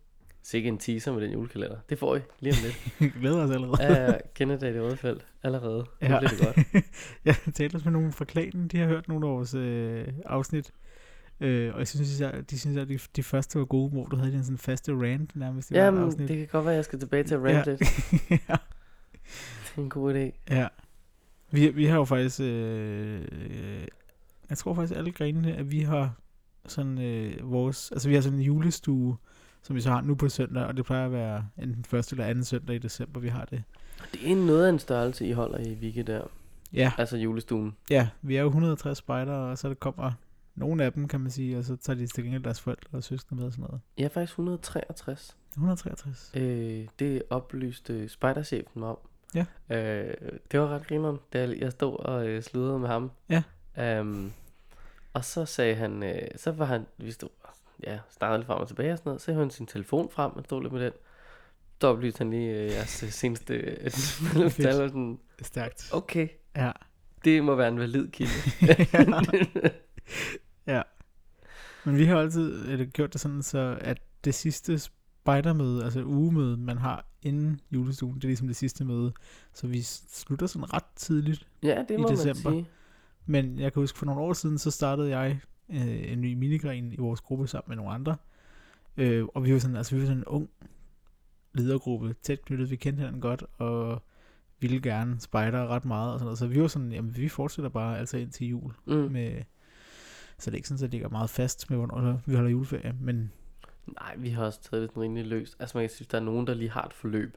Speaker 1: Sikke en teaser med den julekalender. Det får I lige om lidt.
Speaker 2: Vi glæder os allerede.
Speaker 1: Jeg kender det i det røde felt allerede. Ja.
Speaker 2: Ja.
Speaker 1: Det bliver det godt.
Speaker 2: jeg talte også med nogen fra klanen, de har hørt nogle af vores øh, afsnit. Øh, og jeg synes, især, de synes, at de, de første var gode, hvor du havde den sådan faste rant nærmest i hvert
Speaker 1: Jamen,
Speaker 2: afsnit.
Speaker 1: det kan godt være, at jeg skal tilbage til at rante
Speaker 2: Ja.
Speaker 1: lidt.
Speaker 2: ja.
Speaker 1: Det er en god idé.
Speaker 2: ja. Vi, vi har jo faktisk, øh, øh, jeg tror faktisk alle grenene, at vi har sådan øh, vores, altså vi har sådan en julestue, som vi så har nu på søndag, og det plejer at være enten første eller anden søndag i december, vi har det.
Speaker 1: Det er noget af en størrelse, I holder i Vicky der.
Speaker 2: Ja,
Speaker 1: Altså julestuen.
Speaker 2: Ja, vi er jo 160 spejdere, og så der kommer nogle af dem, kan man sige, og så tager de til gengæld deres forældre og søskende med og sådan noget.
Speaker 1: Jeg er faktisk 163.
Speaker 2: 163.
Speaker 1: Øh, det oplyste spejderchefen mig om.
Speaker 2: Ja.
Speaker 1: Øh, det var ret grineren, da jeg- jeg stod og øh, sludrede med ham.
Speaker 2: Ja.
Speaker 1: Øhm, og så sagde han, øh, så var han, vi stod, ja, snakkede lidt frem og tilbage og sådan noget, så havde han sin telefon frem og stod lidt med den. Så oplyste han lige øh, jeres øh, seneste øh, tal, og sådan,
Speaker 2: Stærkt.
Speaker 1: okay,
Speaker 2: Ja.
Speaker 1: det må være en valid kilde.
Speaker 2: Men vi har altid eller, gjort det sådan, så at det sidste spejdermøde, altså ugemøde, man har inden julestuen, det er ligesom det sidste møde. Så vi s- slutter sådan ret tidligt.
Speaker 1: ja, det må man
Speaker 2: december.
Speaker 1: sige.
Speaker 2: Men jeg kan huske, for nogle år siden, så startede jeg øh, en ny minigren i vores gruppe sammen med nogle andre. Øh, og vi var sådan, altså vi var sådan en ung ledergruppe, tæt knyttet, vi kendte hinanden godt, og ville gerne spejdere ret meget og sådan noget. Så vi var sådan, jamen vi fortsætter bare altså indtil jul.
Speaker 1: Mm.
Speaker 2: Med, så det er ikke sådan, at det ligger meget fast med, hvornår vi holder juleferie, men
Speaker 1: Nej, vi har også taget det sådan rimelig løst. Altså man kan sige, hvis der er nogen, der lige har et forløb,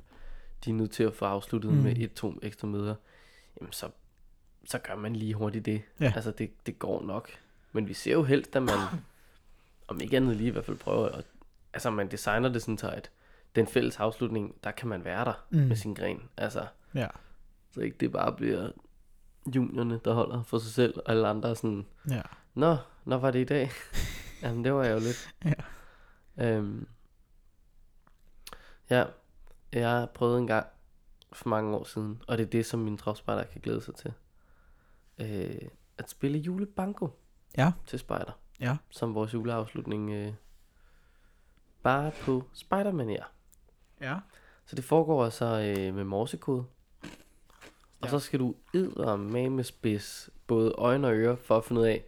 Speaker 1: de er nødt til at få afsluttet mm.
Speaker 2: Mm.
Speaker 1: med et, to ekstra møder, jamen så, så gør man lige hurtigt det.
Speaker 2: Ja.
Speaker 1: Altså det, det går nok. Men vi ser jo helst, at man, om ikke andet lige i hvert fald prøver, at, altså man designer det sådan så, at den fælles afslutning, der kan man være der mm.
Speaker 2: Mm.
Speaker 1: med sin gren. Altså,
Speaker 2: ja,
Speaker 1: så ikke det bare bliver juniorne, der holder for sig selv, og alle andre er sådan,
Speaker 2: ja.
Speaker 1: Nå, når var det i dag? Jamen, det var jeg jo lidt.
Speaker 2: Ja.
Speaker 1: Øhm, Ja, jeg prøvede en gang for mange år siden, og det er det, som mine tropspejder kan glæde sig til. Øh, at spille julebanko
Speaker 2: Ja.
Speaker 1: til spejder.
Speaker 2: Ja.
Speaker 1: Som vores juleafslutning øh, bare på spidermanier.
Speaker 2: Ja.
Speaker 1: Så det foregår altså øh, med morsekode. Og
Speaker 2: Ja.
Speaker 1: så skal du edder med med spids, både øjne og ører, for at finde ud af,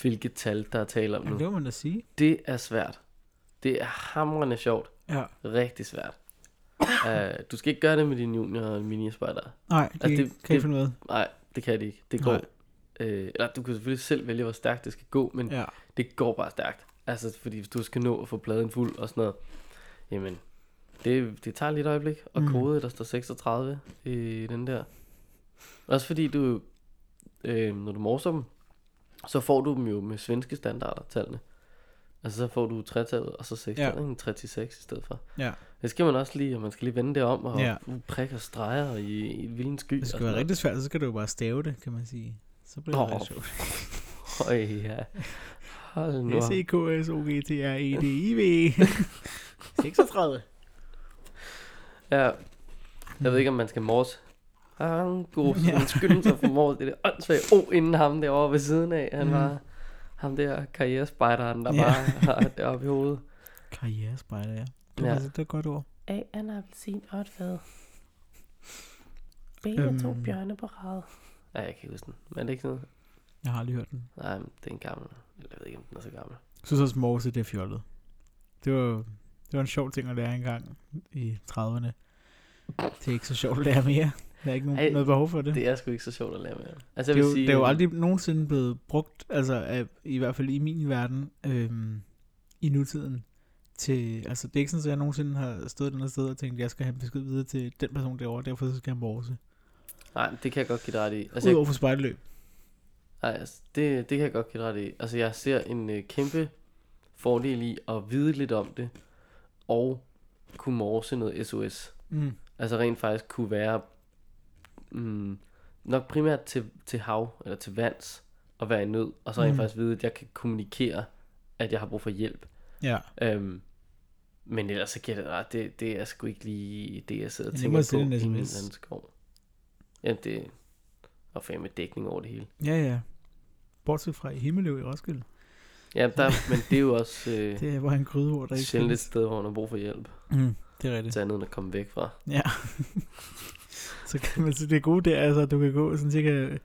Speaker 1: hvilket tal, der er tale om
Speaker 2: Jamen,
Speaker 1: nu.
Speaker 2: det må man da sige.
Speaker 1: Det er svært. Det er hamrende sjovt.
Speaker 2: Ja.
Speaker 1: Rigtig svært. uh, du skal ikke gøre det med dine junior- og minispejdere.
Speaker 2: Nej, det,
Speaker 1: Altså,
Speaker 2: altså,
Speaker 1: det-
Speaker 2: det kan
Speaker 1: det-
Speaker 2: jeg finde med.
Speaker 1: Nej, det kan de ikke. Det går.
Speaker 2: Nej.
Speaker 1: Øh, eller du kan selvfølgelig selv vælge, hvor stærkt det skal gå, men ja.
Speaker 2: Ja.
Speaker 1: det går bare stærkt. Altså, fordi hvis du skal nå at få pladen fuld og sådan noget, jamen, det, det tager lige et øjeblik. Og mm.
Speaker 2: Mm.
Speaker 1: kode, der står 36 i den der. Også fordi du, øh, når du morser dem, så får du dem jo med svenske standarder, tallene. Altså, så får du 3-tallet, og så 6 ja.
Speaker 2: Ja.
Speaker 1: 36 i stedet for.
Speaker 2: Ja.
Speaker 1: Det skal man også lige, og man skal lige vende det om, og ja.
Speaker 2: Ja.
Speaker 1: prikke og streger i, i vilden sky.
Speaker 2: Hvis det
Speaker 1: og
Speaker 2: skal
Speaker 1: sådan
Speaker 2: være
Speaker 1: noget.
Speaker 2: rigtig svært, så skal du jo bare stave det, kan man sige. Så bliver det
Speaker 1: Åh,
Speaker 2: oh, sjovt.
Speaker 1: Øj, ja. Hold nu
Speaker 2: S,
Speaker 1: op.
Speaker 2: E, K, S, O, G, T, R, E, D, I, V. 36.
Speaker 1: Ja. Jeg ved ikke, om man skal morse. Han god, så man skynder sig for morse. Det er det åndssvagt. Oh, inden ham derovre ved siden af. Han
Speaker 2: Mm.
Speaker 1: var ham der karrierespejderen, der
Speaker 2: Ja.
Speaker 1: bare har det oppe i hovedet.
Speaker 2: Karrierespejder, ja. Det
Speaker 1: Ja.
Speaker 2: var, altså, det var et godt ord.
Speaker 1: A er en appelsin og et fad. B
Speaker 2: er to Øhm.
Speaker 1: bjørne på rad. Nej, jeg kan ikke huske den. Men er det ikke sådan noget?
Speaker 2: Jeg har aldrig hørt den.
Speaker 1: Nej, men det er en gammel. Eller jeg ved ikke, om den er så gammel.
Speaker 2: Jeg synes også, Morse, det er fjollet. Det var, det var en sjov ting at lære engang i 30'erne. Det er ikke så sjovt at lære mere. Der er ikke nogen,
Speaker 1: Ej,
Speaker 2: Ej, noget behov for det. Det,
Speaker 1: Det er sgu ikke så sjovt at lære med. Altså,
Speaker 2: det,
Speaker 1: jeg
Speaker 2: er,
Speaker 1: vil
Speaker 2: jo,
Speaker 1: sige,
Speaker 2: det er jo aldrig nogensinde blevet brugt, altså af, i hvert fald i min verden, øhm, i nutiden. Til, altså, det er ikke sådan, at jeg nogensinde har stået den her sted og tænkt, at jeg skal have en besked videre til den person derovre, derfor så skal jeg morse.
Speaker 1: Nej, det kan jeg godt give dig ret i. Altså,
Speaker 2: Altså,
Speaker 1: jeg
Speaker 2: Udover for spejlløb.
Speaker 1: Nej, altså, det, det kan jeg godt give dig ret i. Altså, jeg ser en øh, kæmpe fordel i at vide lidt om det, og kunne morse noget SOS.
Speaker 2: Mm.
Speaker 1: Altså rent faktisk kunne være mm, nok primært til, til hav, eller til vands, og være i nød, og så rent mm.
Speaker 2: Mm.
Speaker 1: faktisk vide, at jeg kan kommunikere, at jeg har brug for hjælp.
Speaker 2: Ja,
Speaker 1: Øhm, men ellers så giver det ret, det, det er sgu ikke lige det, jeg sidder og
Speaker 2: Men det
Speaker 1: tænker
Speaker 2: må
Speaker 1: på
Speaker 2: sende en
Speaker 1: i min
Speaker 2: SMS.
Speaker 1: anden skov. Ja, det og fandme dækning over det hele.
Speaker 2: ja, ja. Bortset fra i Himmeløv i Roskilde.
Speaker 1: Ja, der, men det er jo også... Øh,
Speaker 2: Det var en krydderord, der ikke
Speaker 1: sjældent et
Speaker 2: findes.
Speaker 1: sted, hvor hun har brug for hjælp.
Speaker 2: Mm, det er rigtigt.
Speaker 1: Til andet end at komme væk fra.
Speaker 2: Så kan man sige, det gode der er, altså, at du kan gå sådan cirka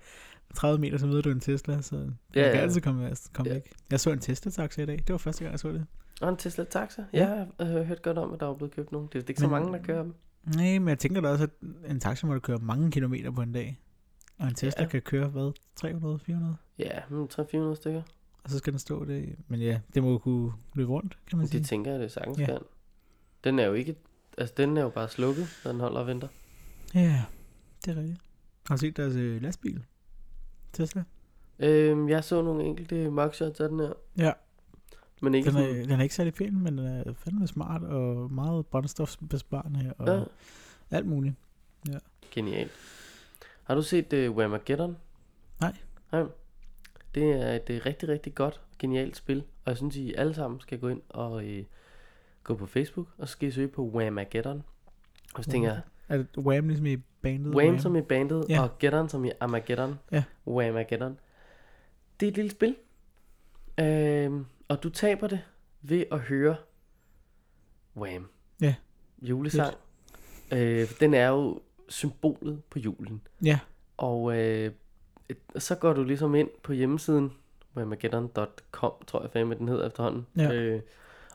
Speaker 2: 30 meter, så møder du en Tesla, så ja,
Speaker 1: ja.
Speaker 2: ja. kan altid komme, komme
Speaker 1: Ja.
Speaker 2: ja. væk. Jeg så en Tesla-taxa i dag. Det var første gang, jeg så det.
Speaker 1: Og en Tesla Taxa. Ja, jeg har øh, hørt godt om, at der er blevet købt nogen. Det er ikke så
Speaker 2: Men-
Speaker 1: mange, der kører dem.
Speaker 2: Nej, men jeg tænker da også, at en taxa må du køre mange kilometer på en dag. Og en Tesla
Speaker 1: Ja.
Speaker 2: ja. kan køre, hvad, 300, 400?
Speaker 1: Ja, men 300-400 stykker.
Speaker 2: Og så skal den stå det. Men ja, det må jo kunne løbe rundt, kan man sige.
Speaker 1: Det tænker jeg, det sagtens
Speaker 2: Ja.
Speaker 1: kan. Den er jo ikke... Altså, den er jo bare slukket, når den holder og venter.
Speaker 2: Ja, det er rigtigt. Har du set deres øh, lastbil? Tesla?
Speaker 1: Øhm, jeg så nogle enkelte mugshots af den her.
Speaker 2: Ja.
Speaker 1: Men ikke
Speaker 2: Den
Speaker 1: sådan...
Speaker 2: er, den er ikke særlig pæn, men den er fandme smart og meget brændstofbesparende og
Speaker 1: Ja,
Speaker 2: ja. alt muligt.
Speaker 1: genialt. Har du set uh, Whamageddon?
Speaker 2: Nej.
Speaker 1: Nej. Det er et uh, rigtig, rigtig godt og genialt spil, og jeg synes, I alle sammen skal gå ind og uh, gå på Facebook, og så skal I søge på Whamageddon. Og så tænker jeg,
Speaker 2: Er det Wham ligesom i bandet?
Speaker 1: Wham som i bandet, ja.
Speaker 2: Ja.
Speaker 1: og Geddon som i Armageddon.
Speaker 2: Ja. Whamageddon.
Speaker 1: Whamageddon. Det er et lille spil, øhm, og du taber det ved at høre Wham.
Speaker 2: Ja.
Speaker 1: Julesang. Øh, for den er jo symbolet på julen.
Speaker 2: Ja.
Speaker 1: Og øh, et- så går du ligesom ind på hjemmesiden, whamageddon.com, tror jeg fandme, den hedder efterhånden.
Speaker 2: Ja.
Speaker 1: Øh,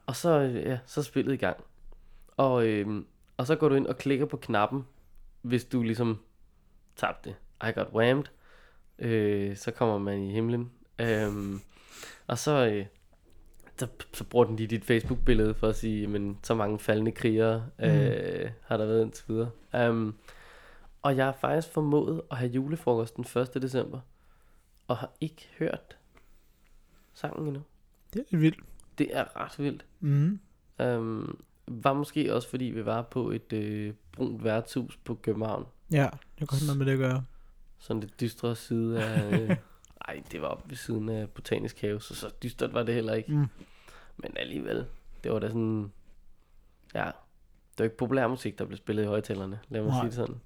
Speaker 1: og så, øh, ja, så er spillet i gang. Og, øh, og så går du ind og klikker på knappen, hvis du ligesom tabte. I got whammed. Øh, så kommer man i himlen. Øh, og så, øh, så, så bruger den lige dit Facebook-billede for at sige, men så mange faldende krigere øh, har der været indtil videre. Um, og jeg har faktisk formået at have julefrokost den 1. december, og har ikke hørt sangen endnu.
Speaker 2: Det er lidt vildt.
Speaker 1: Det er ret vildt.
Speaker 2: Mm.
Speaker 1: Um, var måske også fordi vi var på et øh, brunt værtshus på København.
Speaker 2: Ja, det er godt noget med det at gøre.
Speaker 1: Sådan lidt dystre side af... Øh, ej, det var oppe ved siden af Botanisk Have, så så dystert var det heller ikke.
Speaker 2: Mm.
Speaker 1: Men alligevel, det var da sådan... Ja, Det var ikke populær musik, der blev spillet i højtalerne. Lad mig
Speaker 2: Nej.
Speaker 1: sige det sådan.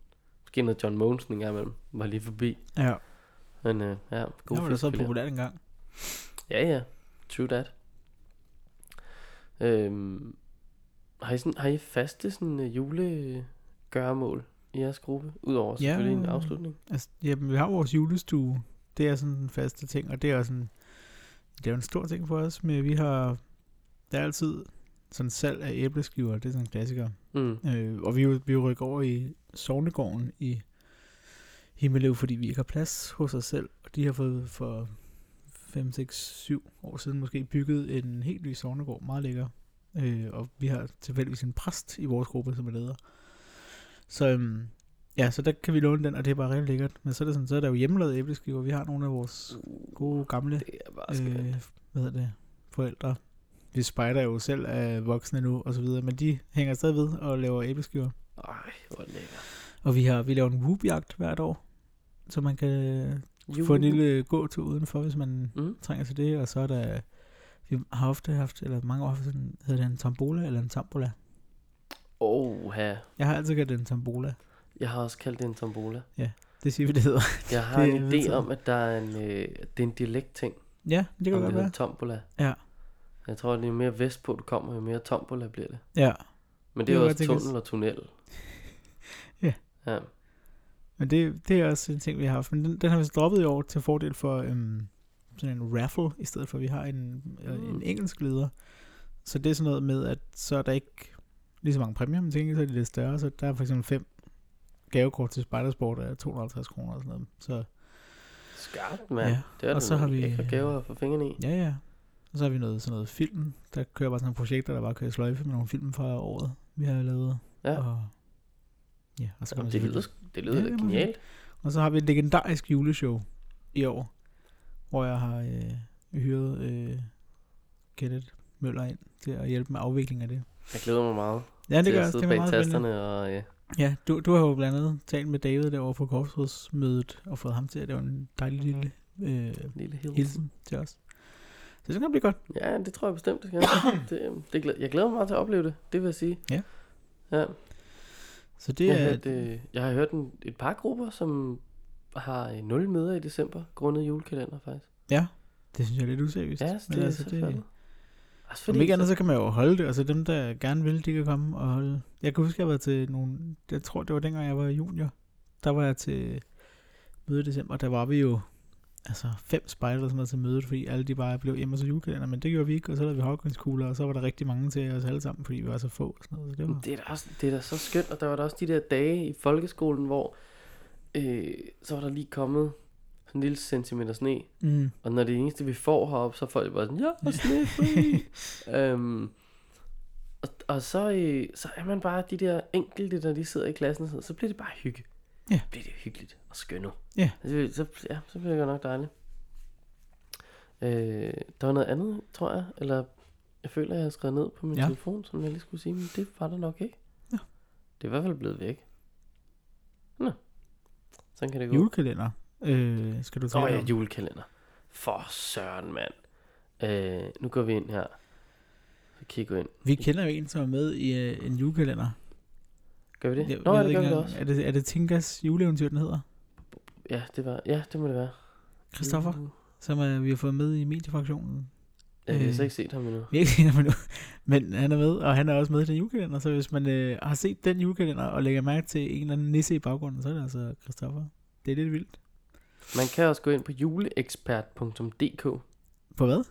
Speaker 1: Måske noget John Monsen en gang imellem. Var lige forbi.
Speaker 2: Ja,
Speaker 1: Men øh, ja, god
Speaker 2: det var da så
Speaker 1: fiskfilet.
Speaker 2: populært engang.
Speaker 1: Ja, ja. True that. Øhm, har, I sådan, har I faste sådan øh, julegøremål i jeres gruppe? Udover
Speaker 2: Ja.
Speaker 1: selvfølgelig en afslutning.
Speaker 2: Altså, jamen, vi har vores julestue. Det er sådan den faste ting, og det er sådan... Det er jo en stor ting for os, men vi har... Der er altid sådan salg af æbleskiver, det er sådan en klassiker.
Speaker 1: Mm.
Speaker 2: Øh, og vi, er jo- vi rykker over i Sognegården i Himmelev, fordi vi ikke har plads hos os selv. Og de har fået for 5, 6, 7 år siden måske bygget en helt ny Sognegård, meget lækker. Øh, og vi har tilfældigvis en præst i vores gruppe, som er leder. Så øhm, ja, så der kan vi låne den, og det er bare rigtig lækkert. Men så er, det sådan, så er der jo hjemmelavede æbleskiver. Vi har nogle af vores gode gamle
Speaker 1: Det er bare skønt.
Speaker 2: øh, hvad hedder det, forældre. Vi spejder jo selv af voksne nu, og så videre, men de hænger stadig ved og laver æbleskiver.
Speaker 1: Ej, hvor lækkert.
Speaker 2: Og vi har vi laver en whoop-jagt hvert år, så man kan
Speaker 1: Jule.
Speaker 2: få en lille gåtur udenfor, hvis man
Speaker 1: Mm.
Speaker 2: trænger til det. Og så er der, vi har ofte haft, eller mange år haft sådan, hedder det en tombola eller en tambola.
Speaker 1: Oha.
Speaker 2: Jeg har altid kaldt det en tambola.
Speaker 1: Jeg har også kaldt det en tombola.
Speaker 2: Det siger vi, det hedder.
Speaker 1: Jeg har
Speaker 2: Det er
Speaker 1: en idé
Speaker 2: vedtaget.
Speaker 1: om, at der er en, øh, det er en dialekt-ting.
Speaker 2: Ja, det kan
Speaker 1: om
Speaker 2: godt
Speaker 1: hedder
Speaker 2: være.
Speaker 1: tombola.
Speaker 2: Ja.
Speaker 1: Jeg tror, at jo mere vestpå du kommer, jo mere tombola bliver det.
Speaker 2: Ja,
Speaker 1: Men det
Speaker 2: Det
Speaker 1: er jo
Speaker 2: kan
Speaker 1: også
Speaker 2: godt tænkes.
Speaker 1: tunnel og tunnel.
Speaker 2: Ja.
Speaker 1: Ja.
Speaker 2: men det, det er også en ting, vi har haft. Men den, den har vi så droppet i år til fordel for øhm, sådan en raffle, i stedet for at vi har en, øh,
Speaker 1: Mm.
Speaker 2: en engelsk leder. Så det er sådan noget med, at så er der ikke lige så mange præmier, men til gengæld så er de lidt større. Så der er for eksempel fem gavekort til Spejdersport af 250 kroner og sådan noget. Så
Speaker 1: Skarpt, mand. Ja.
Speaker 2: Ja,
Speaker 1: Det er
Speaker 2: og
Speaker 1: og
Speaker 2: så har vi-
Speaker 1: lækre gaver at få fingrene i.
Speaker 2: ja, ja. Og så har vi noget, sådan noget film. Der kører bare sådan nogle projekter, der bare kører sløjfe med nogle film fra året, vi har lavet.
Speaker 1: Ja.
Speaker 2: Og, ja, og så kan
Speaker 1: Jamen, det
Speaker 2: man selvfølgelig-
Speaker 1: lyder, det lyder
Speaker 2: Ja,
Speaker 1: ja,
Speaker 2: det må man
Speaker 1: genialt.
Speaker 2: Og så har vi et legendarisk juleshow i år, hvor jeg har øh, hyret øh, Kenneth Møller ind til at hjælpe med afviklingen af det.
Speaker 1: Jeg glæder mig meget
Speaker 2: Ja,
Speaker 1: til
Speaker 2: det gør
Speaker 1: at
Speaker 2: også.
Speaker 1: sidde
Speaker 2: Det er
Speaker 1: bag
Speaker 2: meget spændende.
Speaker 1: tasterne. Og, ja.
Speaker 2: Ja, du, du har jo blandt andet talt med David derovre på korpsrådsmødet og fået ham til at lave en dejlig lille øh,
Speaker 1: Lille hilsen.
Speaker 2: hilsen til os. Så det skal nok blive godt.
Speaker 1: Ja, det tror jeg bestemt, det skal. det, øhm, det glæder, jeg glæder mig meget til at opleve det, det vil jeg sige.
Speaker 2: Ja.
Speaker 1: ja.
Speaker 2: Så det
Speaker 1: Jeg,
Speaker 2: er...
Speaker 1: har hørt, øh, jeg har hørt en, et par grupper, som har øh, nul møder i december, grundet julekalender faktisk.
Speaker 2: ja, det synes jeg er lidt useriøst.
Speaker 1: Ja, så
Speaker 2: Men
Speaker 1: det,
Speaker 2: altså,
Speaker 1: er så det, Også
Speaker 2: Om ikke andet, så kan man jo holde det, og så dem, der gerne vil, de kan komme og holde. Jeg kan huske, jeg var til nogle, jeg tror, det var dengang, jeg var junior. Der var jeg til møde i december, der var vi jo altså fem spejder, som var til mødet, fordi alle de bare blev hjemme til julekalender, men det gjorde vi ikke, og så lavede vi havgrønskugler, og så var der rigtig mange til os alle sammen, fordi vi var så få og sådan noget. Så det var,
Speaker 1: Det er, da også, det er da så skønt, og der var da også de der dage i folkeskolen, hvor øh, så var der lige kommet sådan en lille centimeter sne,
Speaker 2: mm,
Speaker 1: og når det eneste vi får heroppe, så er folk bare sådan, ja, snefri. øhm, og, og så, øh, så er man bare de der enkelte, der lige sidder i klassen, og sådan, så bliver det bare hygge.
Speaker 2: Ja.
Speaker 1: Bliver det hyggeligt og skønnet.
Speaker 2: Ja.
Speaker 1: Så, så, ja, så bliver det godt nok dejligt. Øh, der var noget andet, tror jeg, eller jeg føler, jeg har skrevet ned på min ja.
Speaker 2: Ja.
Speaker 1: telefon, som jeg lige skulle sige, men det var der nok ikke.
Speaker 2: Nå.
Speaker 1: Det er i hvert fald blevet væk. Nå. Sådan kan det gå.
Speaker 2: julekalender. Øh, skal du
Speaker 1: Nå
Speaker 2: tale
Speaker 1: ja,
Speaker 2: om?
Speaker 1: julekalender. For søren, mand. Øh, nu går vi ind her. Så kigger vi ind.
Speaker 2: Vi kender jo en, som er med i øh, en julekalender.
Speaker 1: Gør vi det?
Speaker 2: Jeg
Speaker 1: Nå, ja,
Speaker 2: ved
Speaker 1: det
Speaker 2: ikke
Speaker 1: gør vi det
Speaker 2: engang-
Speaker 1: også.
Speaker 2: Er det, er det Tinkas juleeventyr, den hedder?
Speaker 1: Ja, det, var, ja, det må det være. Uh,
Speaker 2: Christoffer, som øh, vi har fået med i mediefraktionen.
Speaker 1: Ja, jeg har
Speaker 2: Øh.
Speaker 1: så ikke set ham endnu.
Speaker 2: virkelig en minut. Men han er med, og han er også med i den julekalender, så hvis man øh, har set den julekalender og lægger mærke til en eller anden nisse i baggrunden, så er det altså Christoffer. Det er lidt vildt.
Speaker 1: Man kan også gå ind på juleekspert.dk.
Speaker 2: På hvad?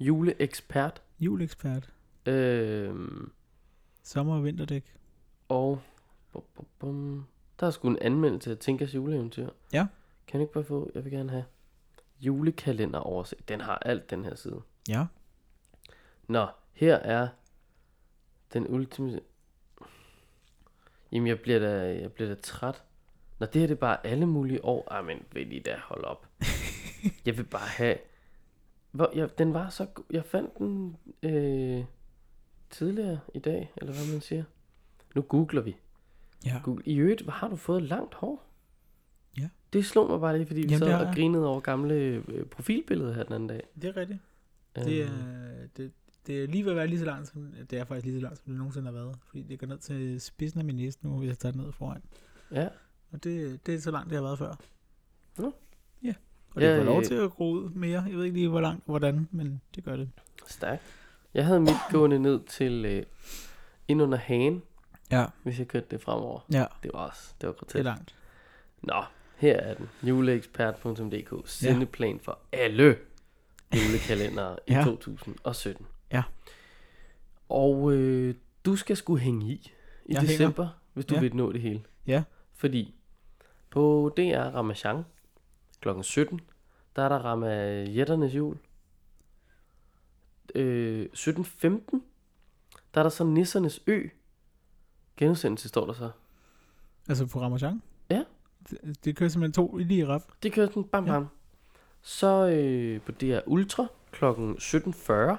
Speaker 1: Juleekspert.
Speaker 2: Julekspert.
Speaker 1: Øhm,
Speaker 2: Sommer- og vinterdæk.
Speaker 1: og bum, bum, bum. der er sgu en anmeldelse af Tinkas juleeventyr.
Speaker 2: Ja.
Speaker 1: Kan du ikke bare få, jeg vil gerne have julekalenderoversigt. Den har alt den her side.
Speaker 2: Ja.
Speaker 1: Nå, her er den ultimative... Jamen, jeg bliver da, jeg bliver da træt. Nå, det her det er bare alle mulige år. Ej, men vil I da holde op. jeg vil bare have... Hvor, jeg, den var så go- Jeg fandt den øh, tidligere i dag, eller hvad man siger. Nu googler vi.
Speaker 2: Ja.
Speaker 1: Google. I øvrigt, hvor har du fået langt hår?
Speaker 2: Ja.
Speaker 1: Det slog mig bare lige, fordi vi
Speaker 2: Jamen,
Speaker 1: Jamen,
Speaker 2: det
Speaker 1: sad
Speaker 2: har
Speaker 1: og
Speaker 2: jeg.
Speaker 1: grinede over gamle øh, profilbilleder her den anden dag.
Speaker 2: Det er rigtigt.
Speaker 1: Øhm,
Speaker 2: Det er, det, det er lige ved at være lige så langt, som, det er faktisk lige så langt, som det nogensinde har været. Fordi det går ned til spidsen af min næse nu, hvis jeg tager den ned foran.
Speaker 1: Ja.
Speaker 2: Og det, det er så langt, det har været før.
Speaker 1: Nå.
Speaker 2: Ja. Og det
Speaker 1: Ja,
Speaker 2: får lov
Speaker 1: øh.
Speaker 2: til at gro ud mere. Jeg ved ikke lige, hvor langt, hvordan, men det gør det.
Speaker 1: Stærkt. Jeg havde mit gående ned til øh, ind under hagen,
Speaker 2: Ja.
Speaker 1: hvis jeg kørte det fremover.
Speaker 2: Ja,
Speaker 1: Det var også, det var
Speaker 2: det er
Speaker 1: grotesk.
Speaker 2: langt.
Speaker 1: Nå, her er den. Juleekspert.dk. Sendeplan for alle julekalendere i
Speaker 2: Ja.
Speaker 1: 2017.
Speaker 2: Ja.
Speaker 1: Og øh, du skal skulle hænge i i
Speaker 2: Jeg hænger.
Speaker 1: december, hænger. hvis du
Speaker 2: Ja.
Speaker 1: ja. vil nå det hele.
Speaker 2: Ja.
Speaker 1: Fordi på DR Ramachan kl. 17, der er der Ramajætternes jul. Øh, 17.15, der er der så Nissernes Ø. Genudsendelse står der så.
Speaker 2: Altså på Ramachan?
Speaker 1: Ja.
Speaker 2: Det, det kører simpelthen to i lige rap.
Speaker 1: Det kører sådan bam
Speaker 2: Ja.
Speaker 1: bam. Så øh, på DR Ultra kl. 17.40, der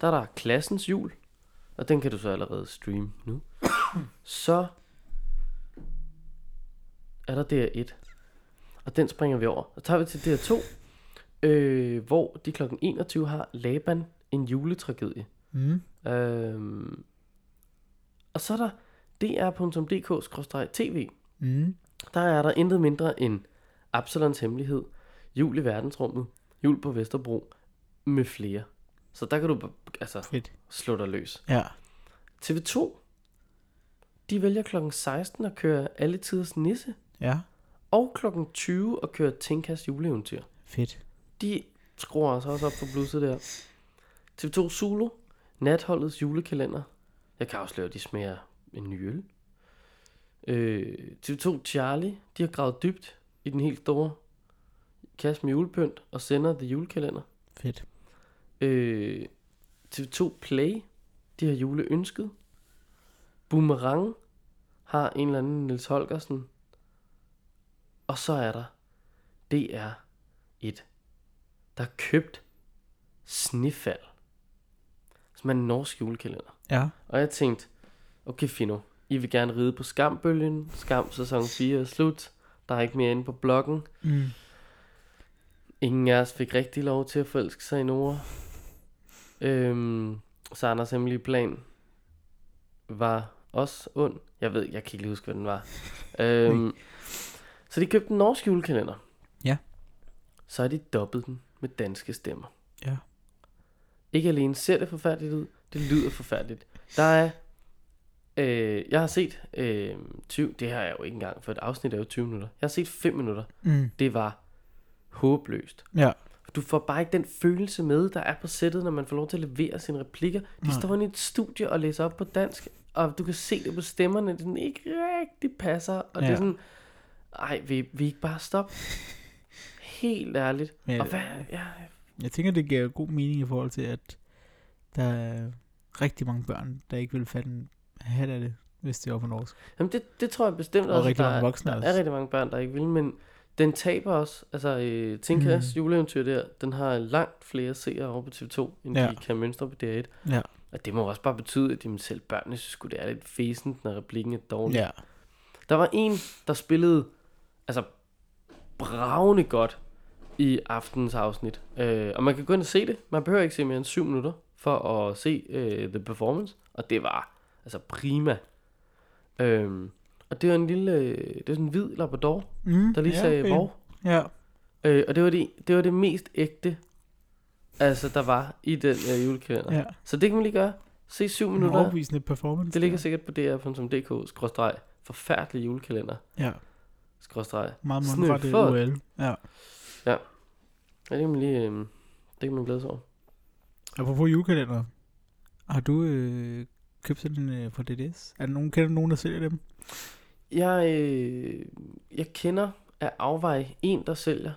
Speaker 1: er der klassens jul. Og den kan du så allerede streame nu. så er der DR1. Og den springer vi over. Og tager vi til DR2, øh, hvor de kl. 21 har Laban en juletragedie.
Speaker 2: Mm.
Speaker 1: Øhm, og så er der dr.dk-tv.
Speaker 2: Mm.
Speaker 1: Der er der intet mindre end Absalons Hemmelighed, Jul i verdensrummet, Jul på Vesterbro, med flere. Så der kan du b- altså
Speaker 2: Fedt.
Speaker 1: slå dig løs.
Speaker 2: Ja.
Speaker 1: TV2, de vælger kl. 16 at køre Alle Tiders Nisse,
Speaker 2: Ja.
Speaker 1: og kl. 20 at køre Tinkas juleeventyr.
Speaker 2: Fedt.
Speaker 1: De skruer altså også op for blusset der. TV2 Zulu, Natholdets julekalender. Jeg kan afsløre, at de smager en ny øl. Øh, TV2 Charlie, de har gravet dybt i den helt store kasse med julepynt og sender det julekalender.
Speaker 2: Fedt.
Speaker 1: Øh, TV2 Play, de har juleønsket. Boomerang har en eller anden Niels Holgersen. Og så er der DR1, der har købt Snefald, som er en norsk julekalender.
Speaker 2: Ja.
Speaker 1: Og jeg tænkte, okay Fino, I vil gerne ride på skambølgen, skam sæson 4 er slut, der er ikke mere inde på bloggen,
Speaker 2: Mm.
Speaker 1: Ingen af os fik rigtig lov til at forelske sig i Nora. Øhm, så Anders hemmelige plan var også ond. Jeg ved, jeg kan ikke lige huske, hvad den var. Øhm, så de købte en norsk julekalender.
Speaker 2: Ja.
Speaker 1: Så har de dobbet den med danske stemmer.
Speaker 2: Ja.
Speaker 1: Ikke alene ser det forfærdeligt ud, det lyder forfærdeligt. Der er... Øh, jeg har set øh, 20... Det har jeg jo ikke engang, for et afsnit er jo 20 minutter. Jeg har set 5 minutter.
Speaker 2: Mm.
Speaker 1: Det var håbløst.
Speaker 2: Ja.
Speaker 1: Du får bare ikke den følelse med, der er på sættet, når man får lov til at levere sine replikker. De
Speaker 2: Nej.
Speaker 1: står inde i et studie og læser op på dansk, og du kan se det på stemmerne, at den ikke rigtig passer. Og ja. det
Speaker 2: Ja.
Speaker 1: er sådan, ej, vi, vi ikke bare stoppe? Helt ærligt.
Speaker 2: Men,
Speaker 1: Og hvad, ja,
Speaker 2: Jeg tænker, det giver god mening i forhold til, at der er rigtig mange børn, der ikke vil fatte en hat af det, hvis det var på norsk.
Speaker 1: jamen det, det tror jeg bestemt
Speaker 2: Og
Speaker 1: også,
Speaker 2: rigtig
Speaker 1: der,
Speaker 2: mange
Speaker 1: er-
Speaker 2: voksne
Speaker 1: der
Speaker 2: også.
Speaker 1: er rigtig mange børn, der ikke vil, men den taber også. Altså, øh, Tinkas mm. juleeventyr der, den har langt flere seere over på TV2, end ja.
Speaker 2: Ja.
Speaker 1: de kan mønstre på DR1.
Speaker 2: Ja.
Speaker 1: Og det må også bare betyde, at jamen, selv børnene synes sgu, det er lidt fæsent, når replikken er dårlig.
Speaker 2: Ja.
Speaker 1: Der var en, der spillede altså bravende godt i aftenens afsnit. Øh, og man kan gå ind og se det. Man behøver ikke se mere end 7 minutter for at se øh, The Performance. Og det var altså prima. Øhm, og det var en lille, øh, det var sådan en hvid Labrador,
Speaker 2: Mm.
Speaker 1: der lige
Speaker 2: ja,
Speaker 1: sagde, hvor?
Speaker 2: Ja.
Speaker 1: Øh, og det var det, det var det mest ægte, altså der var i den øh, julekalender. Ja.
Speaker 2: ja.
Speaker 1: Så det kan man lige gøre. Se 7
Speaker 2: En
Speaker 1: minutter.
Speaker 2: overbevisende performance.
Speaker 1: Det ligger
Speaker 2: der.
Speaker 1: sikkert på dr.dk-forfærdelig julekalender.
Speaker 2: Ja.
Speaker 1: Skråstreg.
Speaker 2: Meget
Speaker 1: Snød
Speaker 2: mundret
Speaker 1: for-
Speaker 2: UL. Ja.
Speaker 1: Ja, det kan man lige... Øh, det kan man glæde sig over.
Speaker 2: Apropos julekalender. Har du øh, købt sådan en øh, på DDS? Er der nogen, kender du nogen, der sælger dem?
Speaker 1: Jeg, øh, jeg kender af afvej en, der sælger.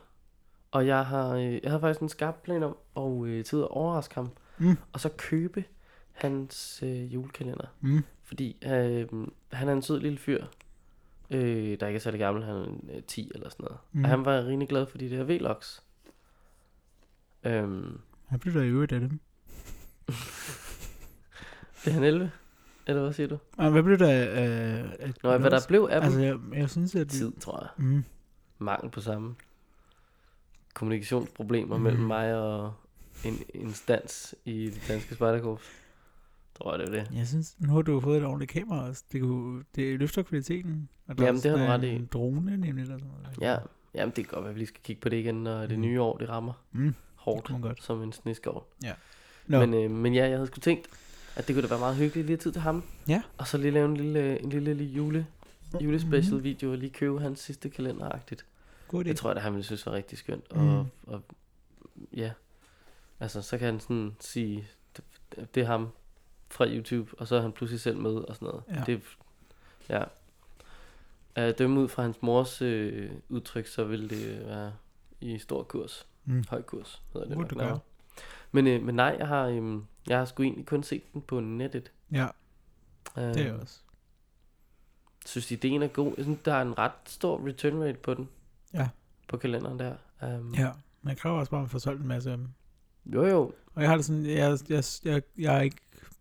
Speaker 1: Og jeg har, øh, jeg har faktisk en skarp plan om at øh, tid at overraske ham.
Speaker 2: Mm.
Speaker 1: Og så købe hans øh, julekalender.
Speaker 2: Mm.
Speaker 1: Fordi øh, han er en sød lille fyr. Øh, der ikke er særlig gammel, han er en, øh, 10 eller sådan noget. Mm.
Speaker 2: Mm.
Speaker 1: Og han var rimelig glad for de der V-logs. Øhm,
Speaker 2: Han blev der i øvrigt af dem.
Speaker 1: Blev han 11? Eller hvad siger du?
Speaker 2: Og hvad blev der af... Øh, af
Speaker 1: Nå, hvad der blev af dem?
Speaker 2: Altså,
Speaker 1: Altså,
Speaker 2: jeg, jeg synes, at...
Speaker 1: tid, tror jeg.
Speaker 2: Mm,
Speaker 1: Mangel på samme. Kommunikationsproblemer
Speaker 2: Mm.
Speaker 1: mm. mellem mig og, en instans i det danske spejderkorps. Tror jeg, det er det.
Speaker 2: Jeg synes, nu har du jo fået et ordentligt kamera også. Det, kunne, det løfter kvaliteten. Og der er
Speaker 1: Jamen, det har
Speaker 2: sådan
Speaker 1: du ret i.
Speaker 2: En drone nemlig eller sådan noget.
Speaker 1: Ja, jamen det kan godt være, at vi lige skal kigge på det igen, når det
Speaker 2: Mm.
Speaker 1: nye år det rammer
Speaker 2: Mm.
Speaker 1: hårdt
Speaker 2: kunne man godt.
Speaker 1: som en sneskov.
Speaker 2: Nå, Men,
Speaker 1: Men, øh, men ja, jeg havde sgu tænkt, at det kunne da være meget hyggeligt lige tid til ham.
Speaker 2: Ja. Mm.
Speaker 1: Og så lige lave en lille, øh, en lille, lille jule, julespecial video og lige købe hans sidste kalenderagtigt.
Speaker 2: Mm-hmm. god idé.
Speaker 1: Det tror jeg, at han ville synes var rigtig skønt.
Speaker 2: Mm.
Speaker 1: Og, og ja, altså så kan han sådan sige, det, det er ham fra YouTube, og så er han pludselig selv med og sådan noget.
Speaker 2: Ja.
Speaker 1: Det, ja. At dømme ud fra hans mors øh, udtryk, så ville det være i stor kurs.
Speaker 2: Mm.
Speaker 1: Høj kurs hedder det
Speaker 2: Burde
Speaker 1: nok
Speaker 2: du
Speaker 1: nærmere.
Speaker 2: gøre.
Speaker 1: Men, øh, men nej, jeg har, øh, jeg har sgu egentlig kun set den på nettet.
Speaker 2: Ja,
Speaker 1: Øh,
Speaker 2: det er jeg også.
Speaker 1: synes, ideen er god. Jeg synes, der er en ret stor return rate på den.
Speaker 2: Ja.
Speaker 1: På kalenderen der. Um,
Speaker 2: Ja, man kræver også bare, at man får solgt en masse af dem.
Speaker 1: Jo jo,
Speaker 2: Og jeg har det sådan, jeg, jeg, jeg, jeg er ikke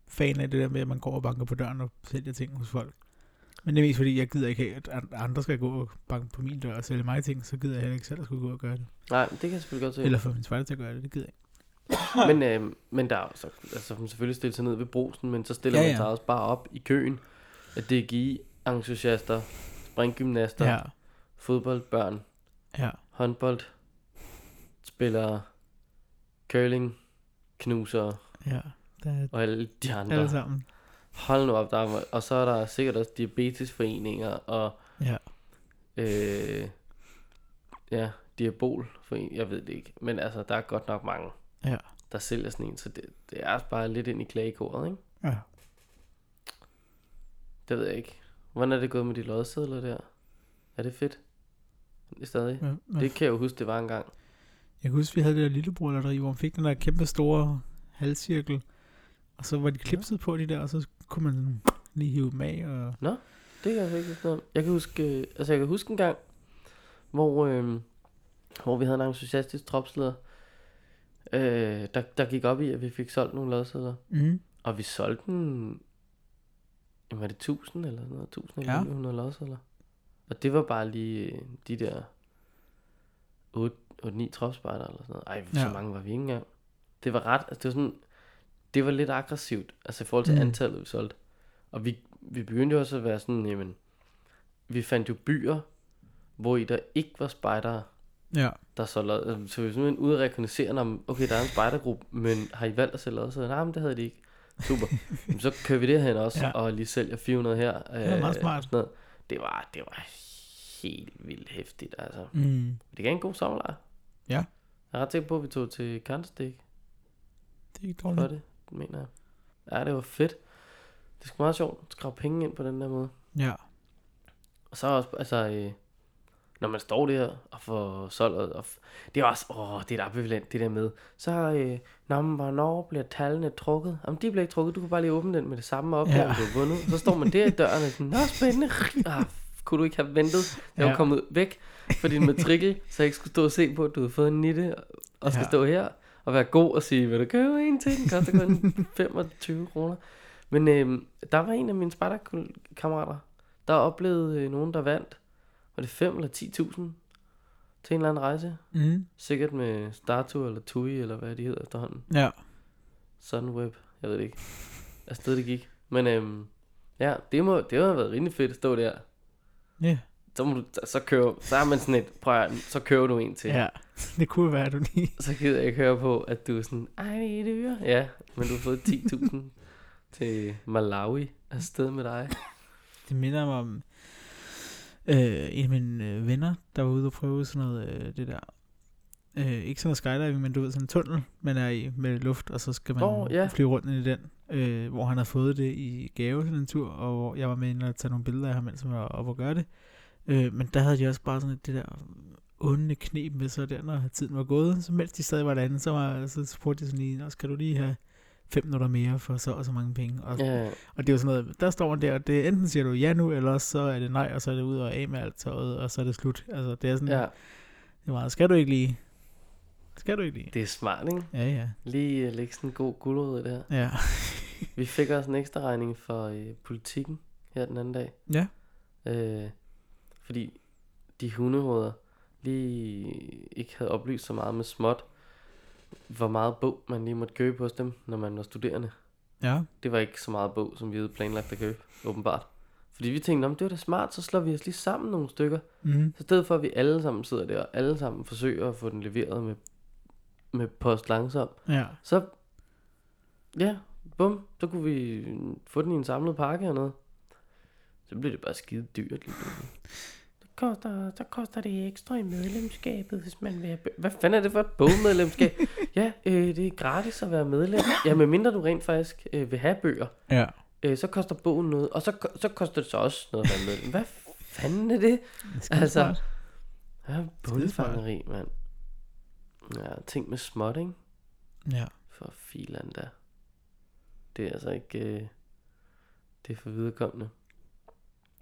Speaker 2: fan af det der med, at man går og banker på døren og sælger ting hos folk. Men det er mest fordi, jeg gider ikke have, at an- andre skal gå og banke på min dør og sælge mig ting, så gider jeg heller ikke selv at skulle gå og gøre det.
Speaker 1: nej, det kan jeg selvfølgelig godt se.
Speaker 2: Eller få min spejder til at gøre det, det gider jeg ikke.
Speaker 1: Men, øh, men der er jo så, altså, man selvfølgelig stille sig ned ved brosen, men så stiller
Speaker 2: Ja,
Speaker 1: ja, ja.
Speaker 2: ja.
Speaker 1: man sig også bare op i køen af DGI-entusiaster, springgymnaster, ja.
Speaker 2: Ja,
Speaker 1: fodboldbørn,
Speaker 2: ja.
Speaker 1: håndboldspillere, curling, knusere
Speaker 2: Ja, der er
Speaker 1: og alle de andre.
Speaker 2: alle sammen.
Speaker 1: Hold nu op, der er, og så er der sikkert også diabetesforeninger og
Speaker 2: Ja.
Speaker 1: øh, ja, diabolforeninger, jeg ved det ikke, men altså, der er godt nok mange,
Speaker 2: Ja.
Speaker 1: der sælger sådan en, så det, det er bare lidt ind i klagekoret, ikke?
Speaker 2: Ja.
Speaker 1: Det ved jeg ikke. Hvordan er det gået med de lodsedler der? Er det fedt? Stadig?
Speaker 2: Men, men,
Speaker 1: Det kan jeg jo huske, det var engang.
Speaker 2: Jeg kan huske, vi havde det der lillebror lotteri, hvor man fik den der kæmpe store halvcirkel. Og så var de klipset på de der, og så kunne man sådan lige hive dem af. Og...
Speaker 1: Det kan jeg ikke huske noget om. Jeg kan huske, øh, altså jeg kan huske en gang, hvor, øh, hvor vi havde en entusiastisk tropsleder, øh, der, der gik op i, at vi fik solgt nogle lodsedler.
Speaker 2: Mm.
Speaker 1: Og vi solgte den... Jamen, var det 1000 eller sådan noget? 1000
Speaker 2: Ja.
Speaker 1: eller 900 lodser, eller? Og det var bare lige øh, de der 8-9 tropspejder eller sådan noget. Ej, så
Speaker 2: Ja.
Speaker 1: mange var vi ikke engang. Det var ret... Altså, det var sådan... Det var lidt aggressivt, altså i forhold til
Speaker 2: Mm.
Speaker 1: mm. antallet, vi solgte. Og vi, vi begyndte jo også at være sådan, jamen... Vi fandt jo byer, hvor i der ikke var spejdere,
Speaker 2: Ja,
Speaker 1: der så lod, øh, så vi var simpelthen ude at rekognisere, om, okay, der er en spejdergruppe, men har I valgt at sælge også? Nej, men det havde de ikke. Super. Jamen, så kører vi det hen også,
Speaker 2: Ja.
Speaker 1: ja. og lige sælger 400 her. Øh,
Speaker 2: det var meget smart.
Speaker 1: Sådan noget. Det var, det var helt vildt hæftigt, altså.
Speaker 2: Mm.
Speaker 1: Det gav en god sommerlejr.
Speaker 2: Ja.
Speaker 1: Jeg er ret sikker på, at vi tog til Kantstik
Speaker 2: Det er ikke
Speaker 1: for
Speaker 2: dårligt.
Speaker 1: det, mener jeg. Ja, det var fedt. Det er sgu meget sjovt at skrabe penge ind på den der måde.
Speaker 2: Ja,
Speaker 1: Og så også, altså, øh, når man står der og får solgt, og, og f- det er også, åh, det er et ambivalent, det der med, så, øh, nå, men hvornår bliver tallene trukket? Jamen, de bliver ikke trukket, du kan bare lige åbne den med det samme op,
Speaker 2: Ja.
Speaker 1: ja. du har vundet. Så står man der i døren og sådan, nå, spændende, ah, f- kunne du ikke have ventet, jeg var
Speaker 2: Ja.
Speaker 1: kommet væk fra din matrikel, så jeg ikke skulle stå og se på, at du havde fået en nitte, og skal
Speaker 2: Ja.
Speaker 1: ja. stå her og være god og sige, vil du købe en til, den koster kun 25 kroner. Men øh, der var en af mine spejderkammerater, der oplevede øh, nogen, der vandt. Var det 5 eller 10.000 til en eller anden rejse?
Speaker 2: mm.
Speaker 1: Sikkert med Startu eller Tui, eller hvad de hedder efterhånden.
Speaker 2: ja.
Speaker 1: Sunweb, jeg ved det ikke. Afsted det gik. Men øhm, ja, det må, det må have været rimelig fedt at stå der.
Speaker 2: Ja.
Speaker 1: Så, må du, så, kører, så er man sådan et, prøv at, høre, så kører du en til.
Speaker 2: ja. Det kunne være, at du lige...
Speaker 1: Så gider jeg ikke høre på, at du er sådan, ej, det øre. Ja, men du har fået 10.000 til Malawi afsted med dig.
Speaker 2: Det minder mig om øh, en af mine øh, venner, der var ude og prøve sådan noget, øh, det der... Øh, ikke sådan noget skydiving, men du ved, sådan en tunnel, man er i med luft, og så skal man
Speaker 1: Nå, ja.
Speaker 2: flyve rundt ind i den. Øh, hvor han havde fået det i gave sådan en tur, og hvor jeg var med inde og tage nogle billeder af ham, mens han var oppe og gøre det. Øh, men der havde de også bare sådan det der onde knep med sig der, når tiden var gået. Så mens de stadig var derinde, så, var, så spurgte de sådan lige, "Nå, skal du lige have fem minutter mere for så og så mange penge? Og
Speaker 1: Ja,
Speaker 2: og det er jo sådan noget, der står man der, og det er enten siger du ja nu, eller også så er det nej, og så er det ud og af med alt tøjet, og så er det slut. Altså, det er sådan, ja.
Speaker 1: ja,
Speaker 2: det er meget, skal du ikke lige? Skal du ikke lige?
Speaker 1: det er smart, ikke?
Speaker 2: Ja, ja.
Speaker 1: Lige øh, lægge sådan en god guldrød der.
Speaker 2: Ja,
Speaker 1: Vi fik også en ekstra regning for øh, politikken her den anden dag.
Speaker 2: ja.
Speaker 1: Øh, fordi de hundehoveder lige ikke havde oplyst så meget med småt. hvor meget bog man lige måtte købe hos dem, når man var studerende.
Speaker 2: Ja.
Speaker 1: Det var ikke så meget bog, som vi havde planlagt at købe, åbenbart. Fordi vi tænkte, om det var da smart, så slår vi os lige sammen nogle stykker.
Speaker 2: Mm.
Speaker 1: Så i stedet for, at vi alle sammen sidder der, og alle sammen forsøger at få den leveret med, med post langsomt,
Speaker 2: Ja.
Speaker 1: så, ja, bum, så kunne vi få den i en samlet pakke eller noget. Så blev det bare skide dyrt lige pludselig.
Speaker 4: Så koster, så koster det ekstra i medlemskabet, hvis man vil have bø-
Speaker 1: Hvad fanden er det for et bogmedlemskab? ja, øh, det er gratis at være medlem. Ja, medmindre du rent faktisk øh, vil have bøger,
Speaker 2: Ja.
Speaker 1: øh, så koster bogen noget, og så, ko- så koster det så også noget at være medlem. Hvad fanden er det? Altså,
Speaker 2: Skidesmart.
Speaker 1: Ja,
Speaker 2: Skidesmart.
Speaker 1: bundfangeri, mand. Ja, ting med småt, ikke?
Speaker 2: Ja.
Speaker 1: For filan da. Det er altså ikke... Øh, det er for viderekommende.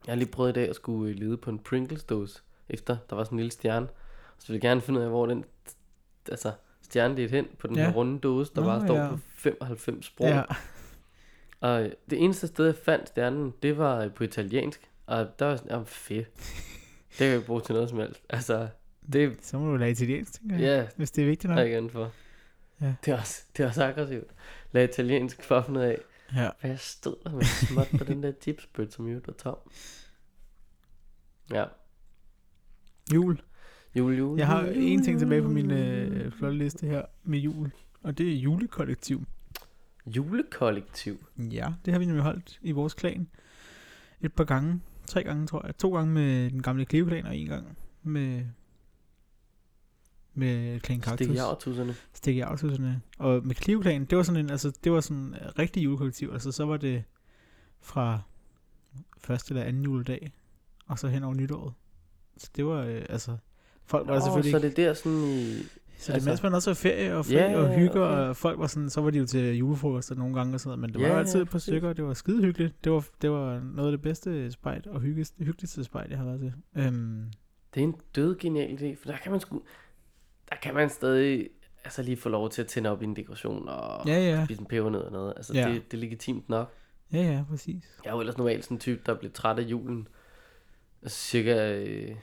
Speaker 1: Jeg har lige prøvet i dag at skulle øh, lede på en Pringles dåse efter der var sådan en lille stjerne. Så ville jeg gerne finde ud af, hvor den altså, stjerne ledte hen på den
Speaker 2: Ja.
Speaker 1: her runde dåse, der
Speaker 2: Nå,
Speaker 1: bare står
Speaker 2: ja.
Speaker 1: på 95 sprog.
Speaker 2: Ja.
Speaker 1: Og øh, det eneste sted, jeg fandt stjernen, det var øh, på italiensk. Og der var jeg sådan, jamen fedt. Det kan jeg jo bruge til noget som helst. Altså, det
Speaker 2: Så må du lade italiensk, tænker
Speaker 1: ja,
Speaker 2: jeg.
Speaker 1: yeah,
Speaker 2: Hvis det er vigtigt
Speaker 1: der er
Speaker 2: nok.
Speaker 1: ikke andet for.
Speaker 2: Ja.
Speaker 1: Det, er også, det er også aggressivt. Lad italiensk for at finde ud af,
Speaker 2: Ja.
Speaker 1: hvad jeg stod der med småt på den der tipsbøt, som jo var tom. Ja,
Speaker 2: Jul.
Speaker 1: jul, jul.
Speaker 2: Jeg har en ting tilbage på min øh, flotte liste her med jul. Og det er julekollektiv.
Speaker 1: Julekollektiv.
Speaker 2: Ja, det har vi nemlig holdt i vores klan et par gange. Tre gange, tror jeg. To gange med den gamle Cleo-klan, og en gang med med Klan Kaktus.
Speaker 1: Stik jartusserne.
Speaker 2: Stik i afslutningerne. Og med Cleo-klan, det var sådan en, altså, det var sådan en rigtig julekollektiv. Altså, så var det fra første eller anden juledag, og så hen over nytåret. Så det var, øh, altså, folk var der selvfølgelig
Speaker 1: så
Speaker 2: ikke.
Speaker 1: det er der sådan i... altså-
Speaker 2: Så det altså, mens man også var ferie og fri
Speaker 1: Ja,
Speaker 2: og hygge,
Speaker 1: okay.
Speaker 2: og folk var sådan, så var de jo til julefrokoster nogle gange og sådan noget, men det var
Speaker 1: Ja,
Speaker 2: jo
Speaker 1: ja,
Speaker 2: altid et par
Speaker 1: præcis.
Speaker 2: stykker, og det var skide hyggeligt. Det var, det var noget af det bedste spejt og hyggest, hyggeligste spejt, jeg har været til. Øhm,
Speaker 1: Det er en død genial idé, for der kan man sgu... Der kan man stadig altså lige få lov til at tænde op i en dekoration og
Speaker 2: ja, ja,
Speaker 1: spise en peber ned og noget. Altså,
Speaker 2: Ja.
Speaker 1: det, det er legitimt nok.
Speaker 2: ja, ja, præcis.
Speaker 1: Jeg er jo ellers normalt sådan en type, der bliver træt af julen. Altså cirka... Øh...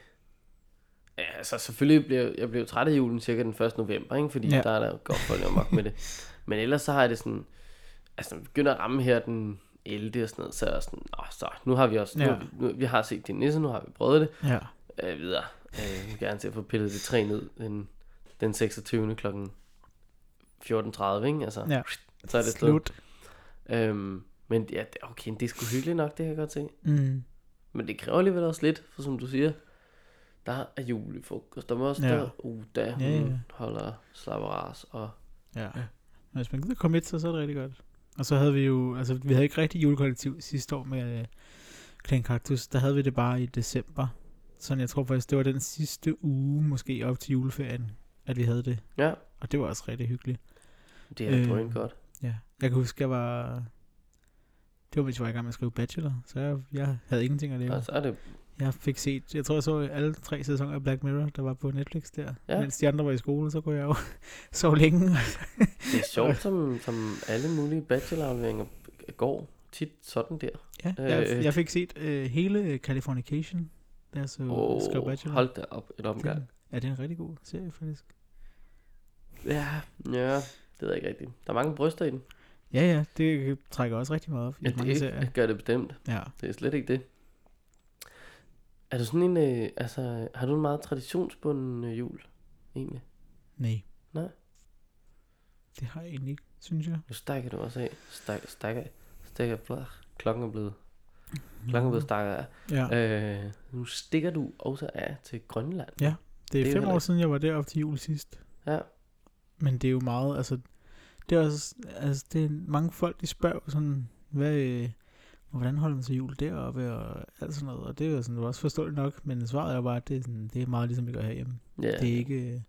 Speaker 1: Ja, altså selvfølgelig bliver jeg bliver jo træt af julen cirka den 1. november, ikke? fordi
Speaker 2: Ja.
Speaker 1: ja. der er der jo godt folk amok med det. Men ellers så har jeg det sådan... Altså når vi begynder at ramme her den 11. og sådan noget, så er jeg sådan, Nå, så nu har vi også... Nu,
Speaker 2: Ja.
Speaker 1: har vi- nu, vi har set din nisse, nu har vi prøvet det.
Speaker 2: Ja,
Speaker 1: Øh, videre. Øh, jeg vil gerne til at få pillet det træ ned den, den 26. klokken 14.30, ikke? Altså,
Speaker 2: Ja.
Speaker 1: så er det slut.
Speaker 2: slut.
Speaker 1: Øhm, men ja, det- okay, det er sgu hyggeligt nok, det kan jeg godt se.
Speaker 2: Mm,
Speaker 1: Men det kræver alligevel også lidt, for som du siger, der er julefrokost, der må også
Speaker 2: Ja.
Speaker 1: der, uh, der hun
Speaker 2: Ja,
Speaker 1: ja,
Speaker 2: ja.
Speaker 1: holder slapper ras, og
Speaker 2: ja. Men hvis man gider komme et, så, så er det rigtig godt. Og så havde vi jo, altså vi havde ikke rigtig julekollektiv sidste år med øh, Clan Cactus, der havde vi det bare i december. Sådan jeg tror faktisk, det var den sidste uge måske op til juleferien, at vi havde det.
Speaker 1: ja,
Speaker 2: Og det var også rigtig hyggeligt.
Speaker 1: det er
Speaker 2: Øh.
Speaker 1: øh. godt.
Speaker 2: Ja. Jeg kan huske, jeg var... Det var, hvis jeg var i gang med at skrive bachelor, så jeg, jeg havde ingenting at lave.
Speaker 1: Og så er det,
Speaker 2: Jeg fik set, jeg tror, jeg så alle tre sæsoner af Black Mirror, der var på Netflix der.
Speaker 1: Ja.
Speaker 2: Ja. Mens de andre var i skole, så kunne jeg jo sove længe.
Speaker 1: det er sjovt, som, som alle mulige bachelorafleveringer går tit sådan der.
Speaker 2: Ja, jeg,
Speaker 1: Øh.
Speaker 2: jeg fik set øh, hele Californication, da jeg så oh, skrev
Speaker 1: Åh,
Speaker 2: bachelor.
Speaker 1: hold da op, et
Speaker 2: det,
Speaker 1: omgang.
Speaker 2: ja, det er en rigtig god serie, faktisk.
Speaker 1: Ja, ja, det ved jeg ikke rigtigt. Der er mange bryster i den.
Speaker 2: Ja, ja, det trækker også rigtig meget op i
Speaker 1: Ja,
Speaker 2: mange
Speaker 1: det
Speaker 2: serier.
Speaker 1: ikke, gør det bestemt.
Speaker 2: Ja.
Speaker 1: Det er slet ikke det. Er du sådan en, øh, altså, har du en meget traditionsbunden øh, jul, egentlig?
Speaker 2: Nej.
Speaker 1: Nej.
Speaker 2: Det har jeg egentlig ikke, synes jeg.
Speaker 1: Nu stakker du også af. Stak, stakker, stakker, flak. Klokken er blevet, klokken er blevet stakket af.
Speaker 2: Mhm. Ja.
Speaker 1: Øh, nu stikker du også af til Grønland.
Speaker 2: Det er,
Speaker 1: Det er
Speaker 2: det er fem
Speaker 1: heller
Speaker 2: år
Speaker 1: ikke-
Speaker 2: siden, jeg var deroppe til jul sidst.
Speaker 1: Ja.
Speaker 2: Men det er jo meget, altså... Det er også, altså, det er mange folk, de spørger jo sådan, hvad, øh, hvordan holder man sig jul deroppe, og alt sådan noget. Og det er jo sådan, det var også forståeligt nok, men svaret er jo bare, at det er, sådan, det er meget ligesom, vi gør herhjemme.
Speaker 1: Ja,
Speaker 2: Ja. Det er ikke... Øh,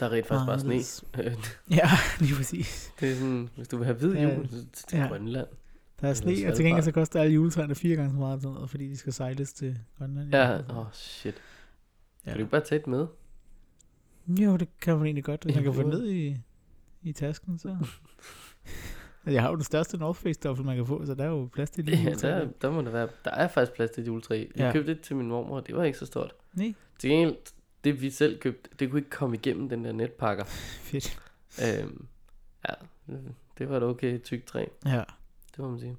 Speaker 1: der er rent faktisk bare sne.
Speaker 2: anderledes. Ja, lige præcis.
Speaker 1: det er sådan, hvis du vil have hvid
Speaker 2: Ja.
Speaker 1: jul, så til til
Speaker 2: Ja.
Speaker 1: Grønland.
Speaker 2: Der er
Speaker 1: Eller
Speaker 2: sne, og til
Speaker 1: Svalbard.
Speaker 2: gengæld så koster alle juletræerne fire gange så meget, og sådan noget, fordi de skal sejles til Grønland. Altså,
Speaker 1: Ja, åh oh, shit.
Speaker 2: ja.
Speaker 1: Kan du ikke bare tage det med?
Speaker 2: Jo, det kan man egentlig godt, hvis
Speaker 1: Ja,
Speaker 2: man kan
Speaker 1: det
Speaker 2: få det
Speaker 1: var-
Speaker 2: ned i, i tasken, så... jeg har jo den største North Face duffel, man kan få, så der er jo plads til det.
Speaker 1: Ja, der, der, må der være. Der er faktisk plads til et juletræ. Jeg
Speaker 2: Ja.
Speaker 1: købte det til min mormor, og det var ikke så stort.
Speaker 2: Nej,
Speaker 1: Til gengæld, det vi selv købte, det kunne ikke komme igennem den der netpakker.
Speaker 2: fedt.
Speaker 1: Øhm, ja, det var et okay tyk træ.
Speaker 2: Ja.
Speaker 1: Det må man sige.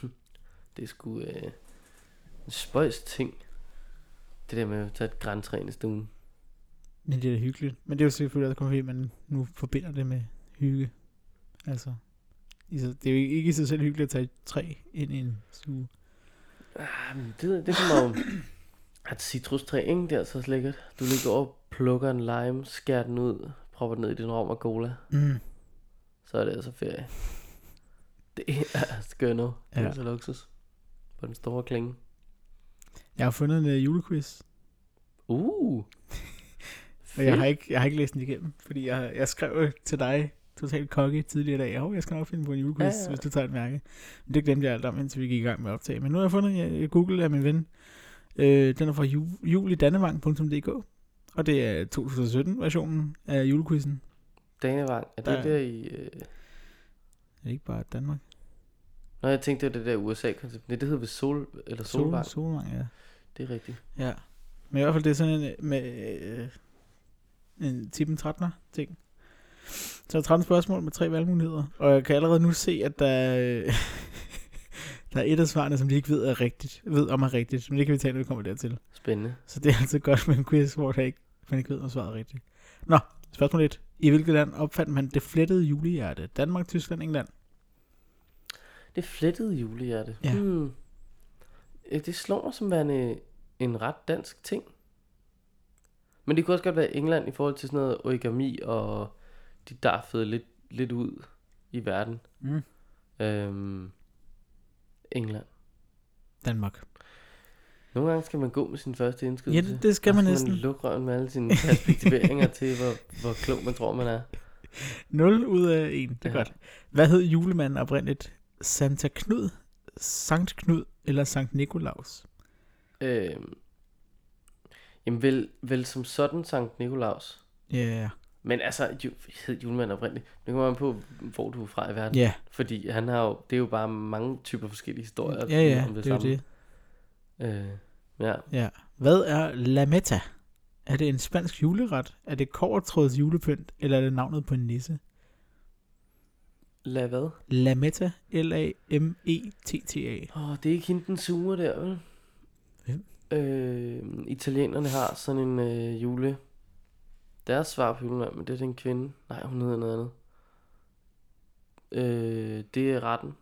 Speaker 1: Hm. Det er sgu øh, en spøjs ting. Det der med at tage et græntræ ind i stuen.
Speaker 2: Men det er da hyggeligt. Men det er jo selvfølgelig også fordi, man nu forbinder det med hygge. Altså, i sig- det er jo ikke i sig selv hyggeligt at tage et træ ind i en stue.
Speaker 1: Ah, men det, det kommer jo... At citrustræ, ikke? Det er altså også lækkert. Du ligger over, plukker en lime, skærer den ud, propper den ned i din rom og cola.
Speaker 2: Mm.
Speaker 1: Så er det altså ferie. Det er skønt. Det er
Speaker 2: Ja.
Speaker 1: ja. så luksus. På den store klinge.
Speaker 2: Jeg har fundet en øh, julequiz,
Speaker 1: Uh!
Speaker 2: og jeg har, ikke, jeg har ikke læst den igennem, fordi jeg, jeg skrev til dig totalt kokke tidligere i dag. Jo, jeg skal nok finde på en julequiz,
Speaker 1: Ja,
Speaker 2: ja,
Speaker 1: ja.
Speaker 2: ja. hvis du tager et mærke. Men det glemte jeg alt om, indtil vi gik i gang med at optage. Men nu har jeg fundet jeg, jeg Google af min ven. Øh, den er fra ju, julidannevang.dk, og det er 2017-versionen af julequizzen.
Speaker 1: Danevang, er det der,
Speaker 2: Der-
Speaker 1: der i... Øh...
Speaker 2: Er det ikke bare Danmark?
Speaker 1: Nå, jeg tænkte, det var det der USA-koncept. Nej, det hedder ved Sol... Eller Solvang. Sol.
Speaker 2: Solvang, ja.
Speaker 1: Det er rigtigt.
Speaker 2: Ja. Men i hvert fald, det er sådan en, øh, med, øh, en tippen 13'er ting. Så er 13 spørgsmål med tre valgmuligheder. Og jeg kan allerede nu se, at der er, øh, der er et af svarene, som de ikke ved, er rigtigt, ved om er rigtigt. Men det kan vi tage, når vi kommer dertil.
Speaker 1: Spændende.
Speaker 2: Så det er altid godt med en quiz, hvor der ikke, man ikke ved, om svaret er rigtigt. Nå, spørgsmål 1. I hvilket land opfandt man det flettede julehjerte? Danmark, Tyskland, England?
Speaker 1: Det flettede julehjerte.
Speaker 2: Ja.
Speaker 1: Hmm. Øh, Det slår mig som værende en ret dansk ting. Men det kunne også godt være England i forhold til sådan noget origami, og de der fede lidt, lidt ud i verden.
Speaker 2: Mm.
Speaker 1: Øhm, England.
Speaker 2: Danmark.
Speaker 1: Nogle gange skal man gå med sin første
Speaker 2: Ja,
Speaker 1: indskydelse.
Speaker 2: det, det skal man næsten.
Speaker 1: Man lukke røven med alle sine perspektiveringer til, hvor, hvor klog man tror, man er.
Speaker 2: 0 ud af 1, det er
Speaker 1: Ja.
Speaker 2: ja. godt. Hvad hed julemanden oprindeligt? Santa Knud, Sankt Knud eller Sankt Nikolaus?
Speaker 1: Øhm, jamen vel, vel som sådan Sankt Nikolaus.
Speaker 2: Ja, yeah.
Speaker 1: Men altså, ju, hed julemanden oprindeligt. Nu kommer man på, hvor du er fra i verden.
Speaker 2: ja,
Speaker 1: Fordi han har jo, det er jo bare mange typer forskellige historier
Speaker 2: ja, ja, det er jo det.
Speaker 1: Øh, ja.
Speaker 2: Ja. Hvad er La Meta? Er det en spansk juleret? Er det kovertråds julepynt? Eller er det navnet på en nisse?
Speaker 1: Lad hvad?
Speaker 2: La Meta, E L-A-M-E-T-T-A.
Speaker 1: Åh, det er ikke hende den sure der, vel?
Speaker 2: Hvem?
Speaker 1: Øh, italienerne har sådan en øh, jule... Deres svar på julemanden, men det er den kvinde. Nej, hun hedder noget andet. Øh, det er retten.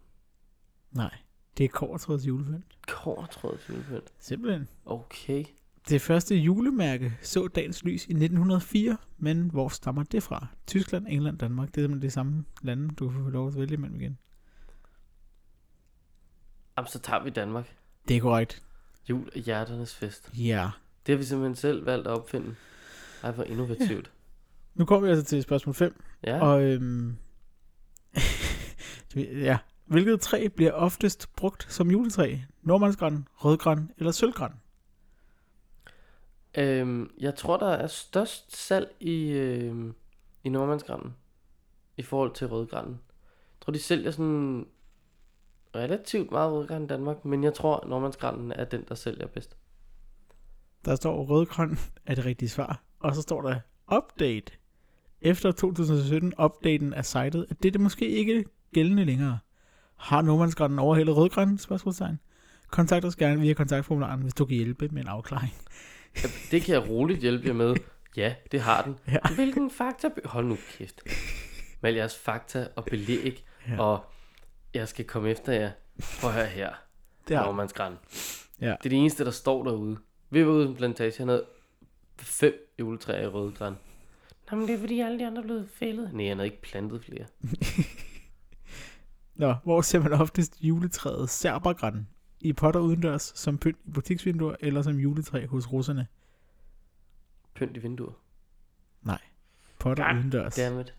Speaker 2: Nej, det er kovertråds julepynt.
Speaker 1: Kortrådet julepynt.
Speaker 2: Simpelthen.
Speaker 1: Okay.
Speaker 2: Det første julemærke så dagens lys i 1904, men hvor stammer det fra? Tyskland, England, Danmark, det er simpelthen det samme lande, du kan få lov at vælge imellem igen.
Speaker 1: Jamen, så tager vi Danmark.
Speaker 2: Det er korrekt.
Speaker 1: Jul er hjerternes fest.
Speaker 2: Ja.
Speaker 1: Det har vi simpelthen selv valgt at opfinde. Ej, hvor innovativt.
Speaker 2: Nu kommer vi altså til spørgsmål 5,
Speaker 1: Ja,
Speaker 2: ja. og øhm, det- ja. Hvilket træ bliver oftest brugt som juletræ? Nordmandsgran, rødgran eller sølvgran?
Speaker 1: øhm, jeg tror, der er størst salg i, øhm, i Nordmandsgranen. I forhold til Rødgranen. Jeg tror, de sælger sådan relativt meget Rødgran i Danmark, men jeg tror, Nordmandsgranen er den, der sælger bedst.
Speaker 2: Der står rødgran er det rigtige svar, og så står der update. Efter 2017 updaten er sitet, at det er det måske ikke gældende længere. Har nordmandsgranen overhældet rødgran? Spørgsmålstegn. Kontakt os gerne via kontaktformularen, hvis du kan hjælpe med en afklaring.
Speaker 1: Ja, det kan jeg roligt hjælpe jer med. Ja, det har den.
Speaker 2: Ja.
Speaker 1: Hvilken fakta... be- Hold nu kæft. Med al jeres fakta og belæg, ja.
Speaker 2: Ja.
Speaker 1: og jeg skal komme efter jer. Prøv at høre her.
Speaker 2: Det har
Speaker 1: Nordmandsgræn.
Speaker 2: Ja.
Speaker 1: Det er det eneste, der står derude. Vi var ude i en plantage, han havde fem juletræer i røde græn.
Speaker 4: Nå, men det er fordi alle de andre er blevet fældet.
Speaker 1: Nej, han havde ikke plantet flere.
Speaker 2: Nå, hvor ser man oftest juletræet serbergran? I potter udendørs, som pynt i butiksvinduer, eller som juletræ hos russerne?
Speaker 1: Pynt i vinduer.
Speaker 2: Potter
Speaker 1: Ah,
Speaker 2: udendørs.
Speaker 1: Dammit.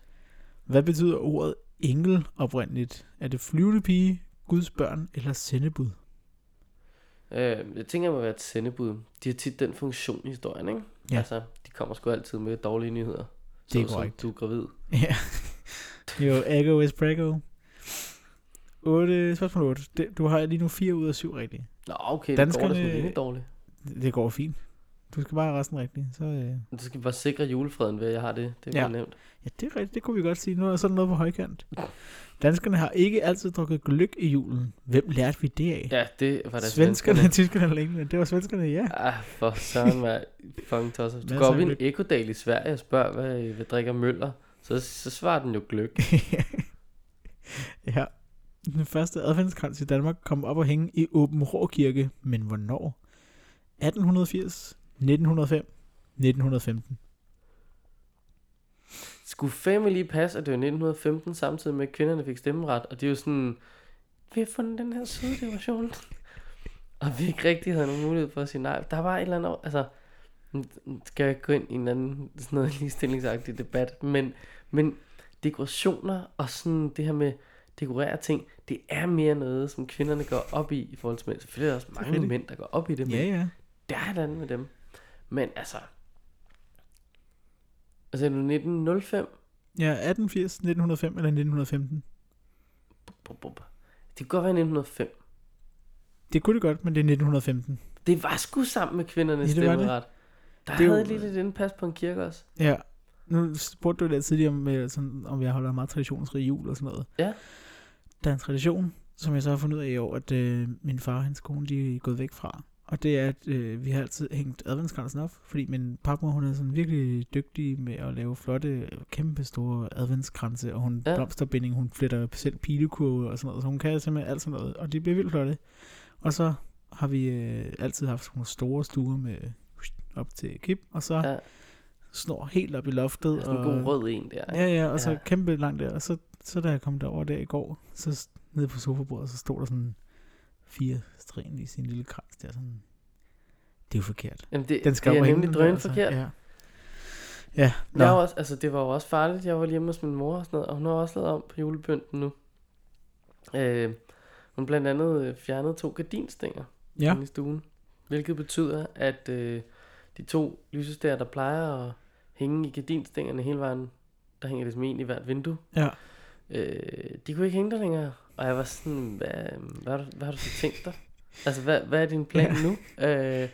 Speaker 2: Hvad betyder ordet engel oprindeligt? Er det flyvende pige, Guds børn eller sendebud?
Speaker 1: Øh, jeg tænker, at må være et sendebud. De har tit den funktion i historien, ikke?
Speaker 2: Ja.
Speaker 1: Altså, de kommer sgu altid med dårlige nyheder.
Speaker 2: Det er
Speaker 1: Såsom,
Speaker 2: korrekt.
Speaker 1: Du er gravid.
Speaker 2: Ja. jo, Aggo is Prego. 8, spørgsmål 8. Det, du har lige nu 4 ud af 7 rigtige.
Speaker 1: Nå, okay, det
Speaker 2: Danskerne-
Speaker 1: går da sådan lidt dårligt.
Speaker 2: Det går fint. Du skal bare have resten rigtigt. Så, øh.
Speaker 1: Du skal bare sikre julefreden ved, at jeg har det. Det er
Speaker 2: Ja.
Speaker 1: ja. nemt.
Speaker 2: Ja, det er rigtigt. Det kunne vi godt sige. Nu er sådan noget på højkant. Danskerne har ikke altid drukket gløk i julen. Hvem lærte vi det af?
Speaker 1: Ja, det var da
Speaker 2: svenskerne, tyskerne eller englænderne. Det var svenskerne, ja.
Speaker 1: Ah, for søren, mand. Fucking tosser. Du
Speaker 2: Masser
Speaker 1: går op
Speaker 2: af
Speaker 1: i en
Speaker 2: gløgg.
Speaker 1: ekodal i Sverige og spørger, hvad, øh, hvad drikker Møller, så, så svarer den jo gløk.
Speaker 2: ja. Den første adventskrans i Danmark kom op og hænge i Åben Rå Kirke, men hvornår? 1880, 1905, 1915.
Speaker 1: Skulle fandme lige passe, at det var 1915, samtidig med, at kvinderne fik stemmeret, og det er jo sådan,
Speaker 4: Vi har fundet den her sidedekoration.
Speaker 1: og vi ikke rigtig havde nogen mulighed for at sige nej. Der var et eller andet, år- altså, nu skal jeg ikke gå ind i en eller anden sådan noget ligestillingsagtig debat, men, men dekorationer og sådan det her med dekorere ting, det er mere noget, som kvinderne går op i i forhold til mænd. Selvfølgelig er der også mange
Speaker 2: Selvfølgelig.
Speaker 1: mænd, der går op i det, men
Speaker 2: Ja, ja.
Speaker 1: Der er et andet med dem. Men altså... Altså, er det 1905?
Speaker 2: Ja, 1880, 1905 eller 1915.
Speaker 1: Bup, bup. Det kunne godt være 1905.
Speaker 2: Det kunne det godt, men det er 1915.
Speaker 1: Det var sgu sammen med kvindernes ja,
Speaker 2: Ja, det var det.
Speaker 1: stemmeret. Der
Speaker 2: Det er
Speaker 1: det havde
Speaker 2: jo-
Speaker 1: jo... lige lidt indpas på en kirke også.
Speaker 2: Ja. Nu spurgte du lidt tidligere, om, øh, sådan, om jeg holder meget traditionsrig jul og sådan noget.
Speaker 1: Ja.
Speaker 2: Der er en tradition, som jeg så har fundet ud af i år, at øh, min far og hans kone, de er gået væk fra. Og det er, at øh, vi har altid hængt adventskransen op, fordi min papmor, hun er sådan virkelig dygtig med at lave flotte, kæmpe store adventskranse, og hun ja.
Speaker 1: Ja.
Speaker 2: blomsterbinding, hun fletter selv pilekurve og sådan noget, så hun kan simpelthen alt sådan noget, og det bliver vildt flotte. Og så har vi øh, altid haft sådan nogle store stuer med op til kip, og så ja.
Speaker 1: Ja.
Speaker 2: snor helt op i loftet.
Speaker 1: Sådan en
Speaker 2: og,
Speaker 1: god rød en der. Ja.
Speaker 2: Ja, ja, og så
Speaker 1: Ja.
Speaker 2: kæmpe langt der. Og så, så da jeg kom derover der i går, så s- nede på sofabordet, så stod der sådan fire stren i sin lille krans der. Sådan, det er jo forkert.
Speaker 1: Jamen, det,
Speaker 2: Den skal
Speaker 1: det
Speaker 2: jo
Speaker 1: er
Speaker 2: hænge
Speaker 1: nemlig
Speaker 2: der,
Speaker 1: drøn forkert. Ja.
Speaker 2: Ja. ja nå,
Speaker 1: Jeg var også, altså, det var jo også farligt. Jeg var lige hjemme hos min mor og sådan noget, og hun har også lavet om på julepynten nu. Øh, hun blandt andet øh, fjernet to gardinstænger. ja.
Speaker 2: ja.
Speaker 1: inde i stuen. Hvilket betyder, at øh, de to lysestager, der plejer at hænge i gardinstængerne hele vejen, der hænger det som en i hvert vindue,
Speaker 2: Ja.
Speaker 1: øh, de kunne ikke hænge der længere. Og jeg var sådan, hvad, hvad, har, du, hvad har du så tænkt dig? Altså, hvad, hvad er din plan ja. nu? Øh,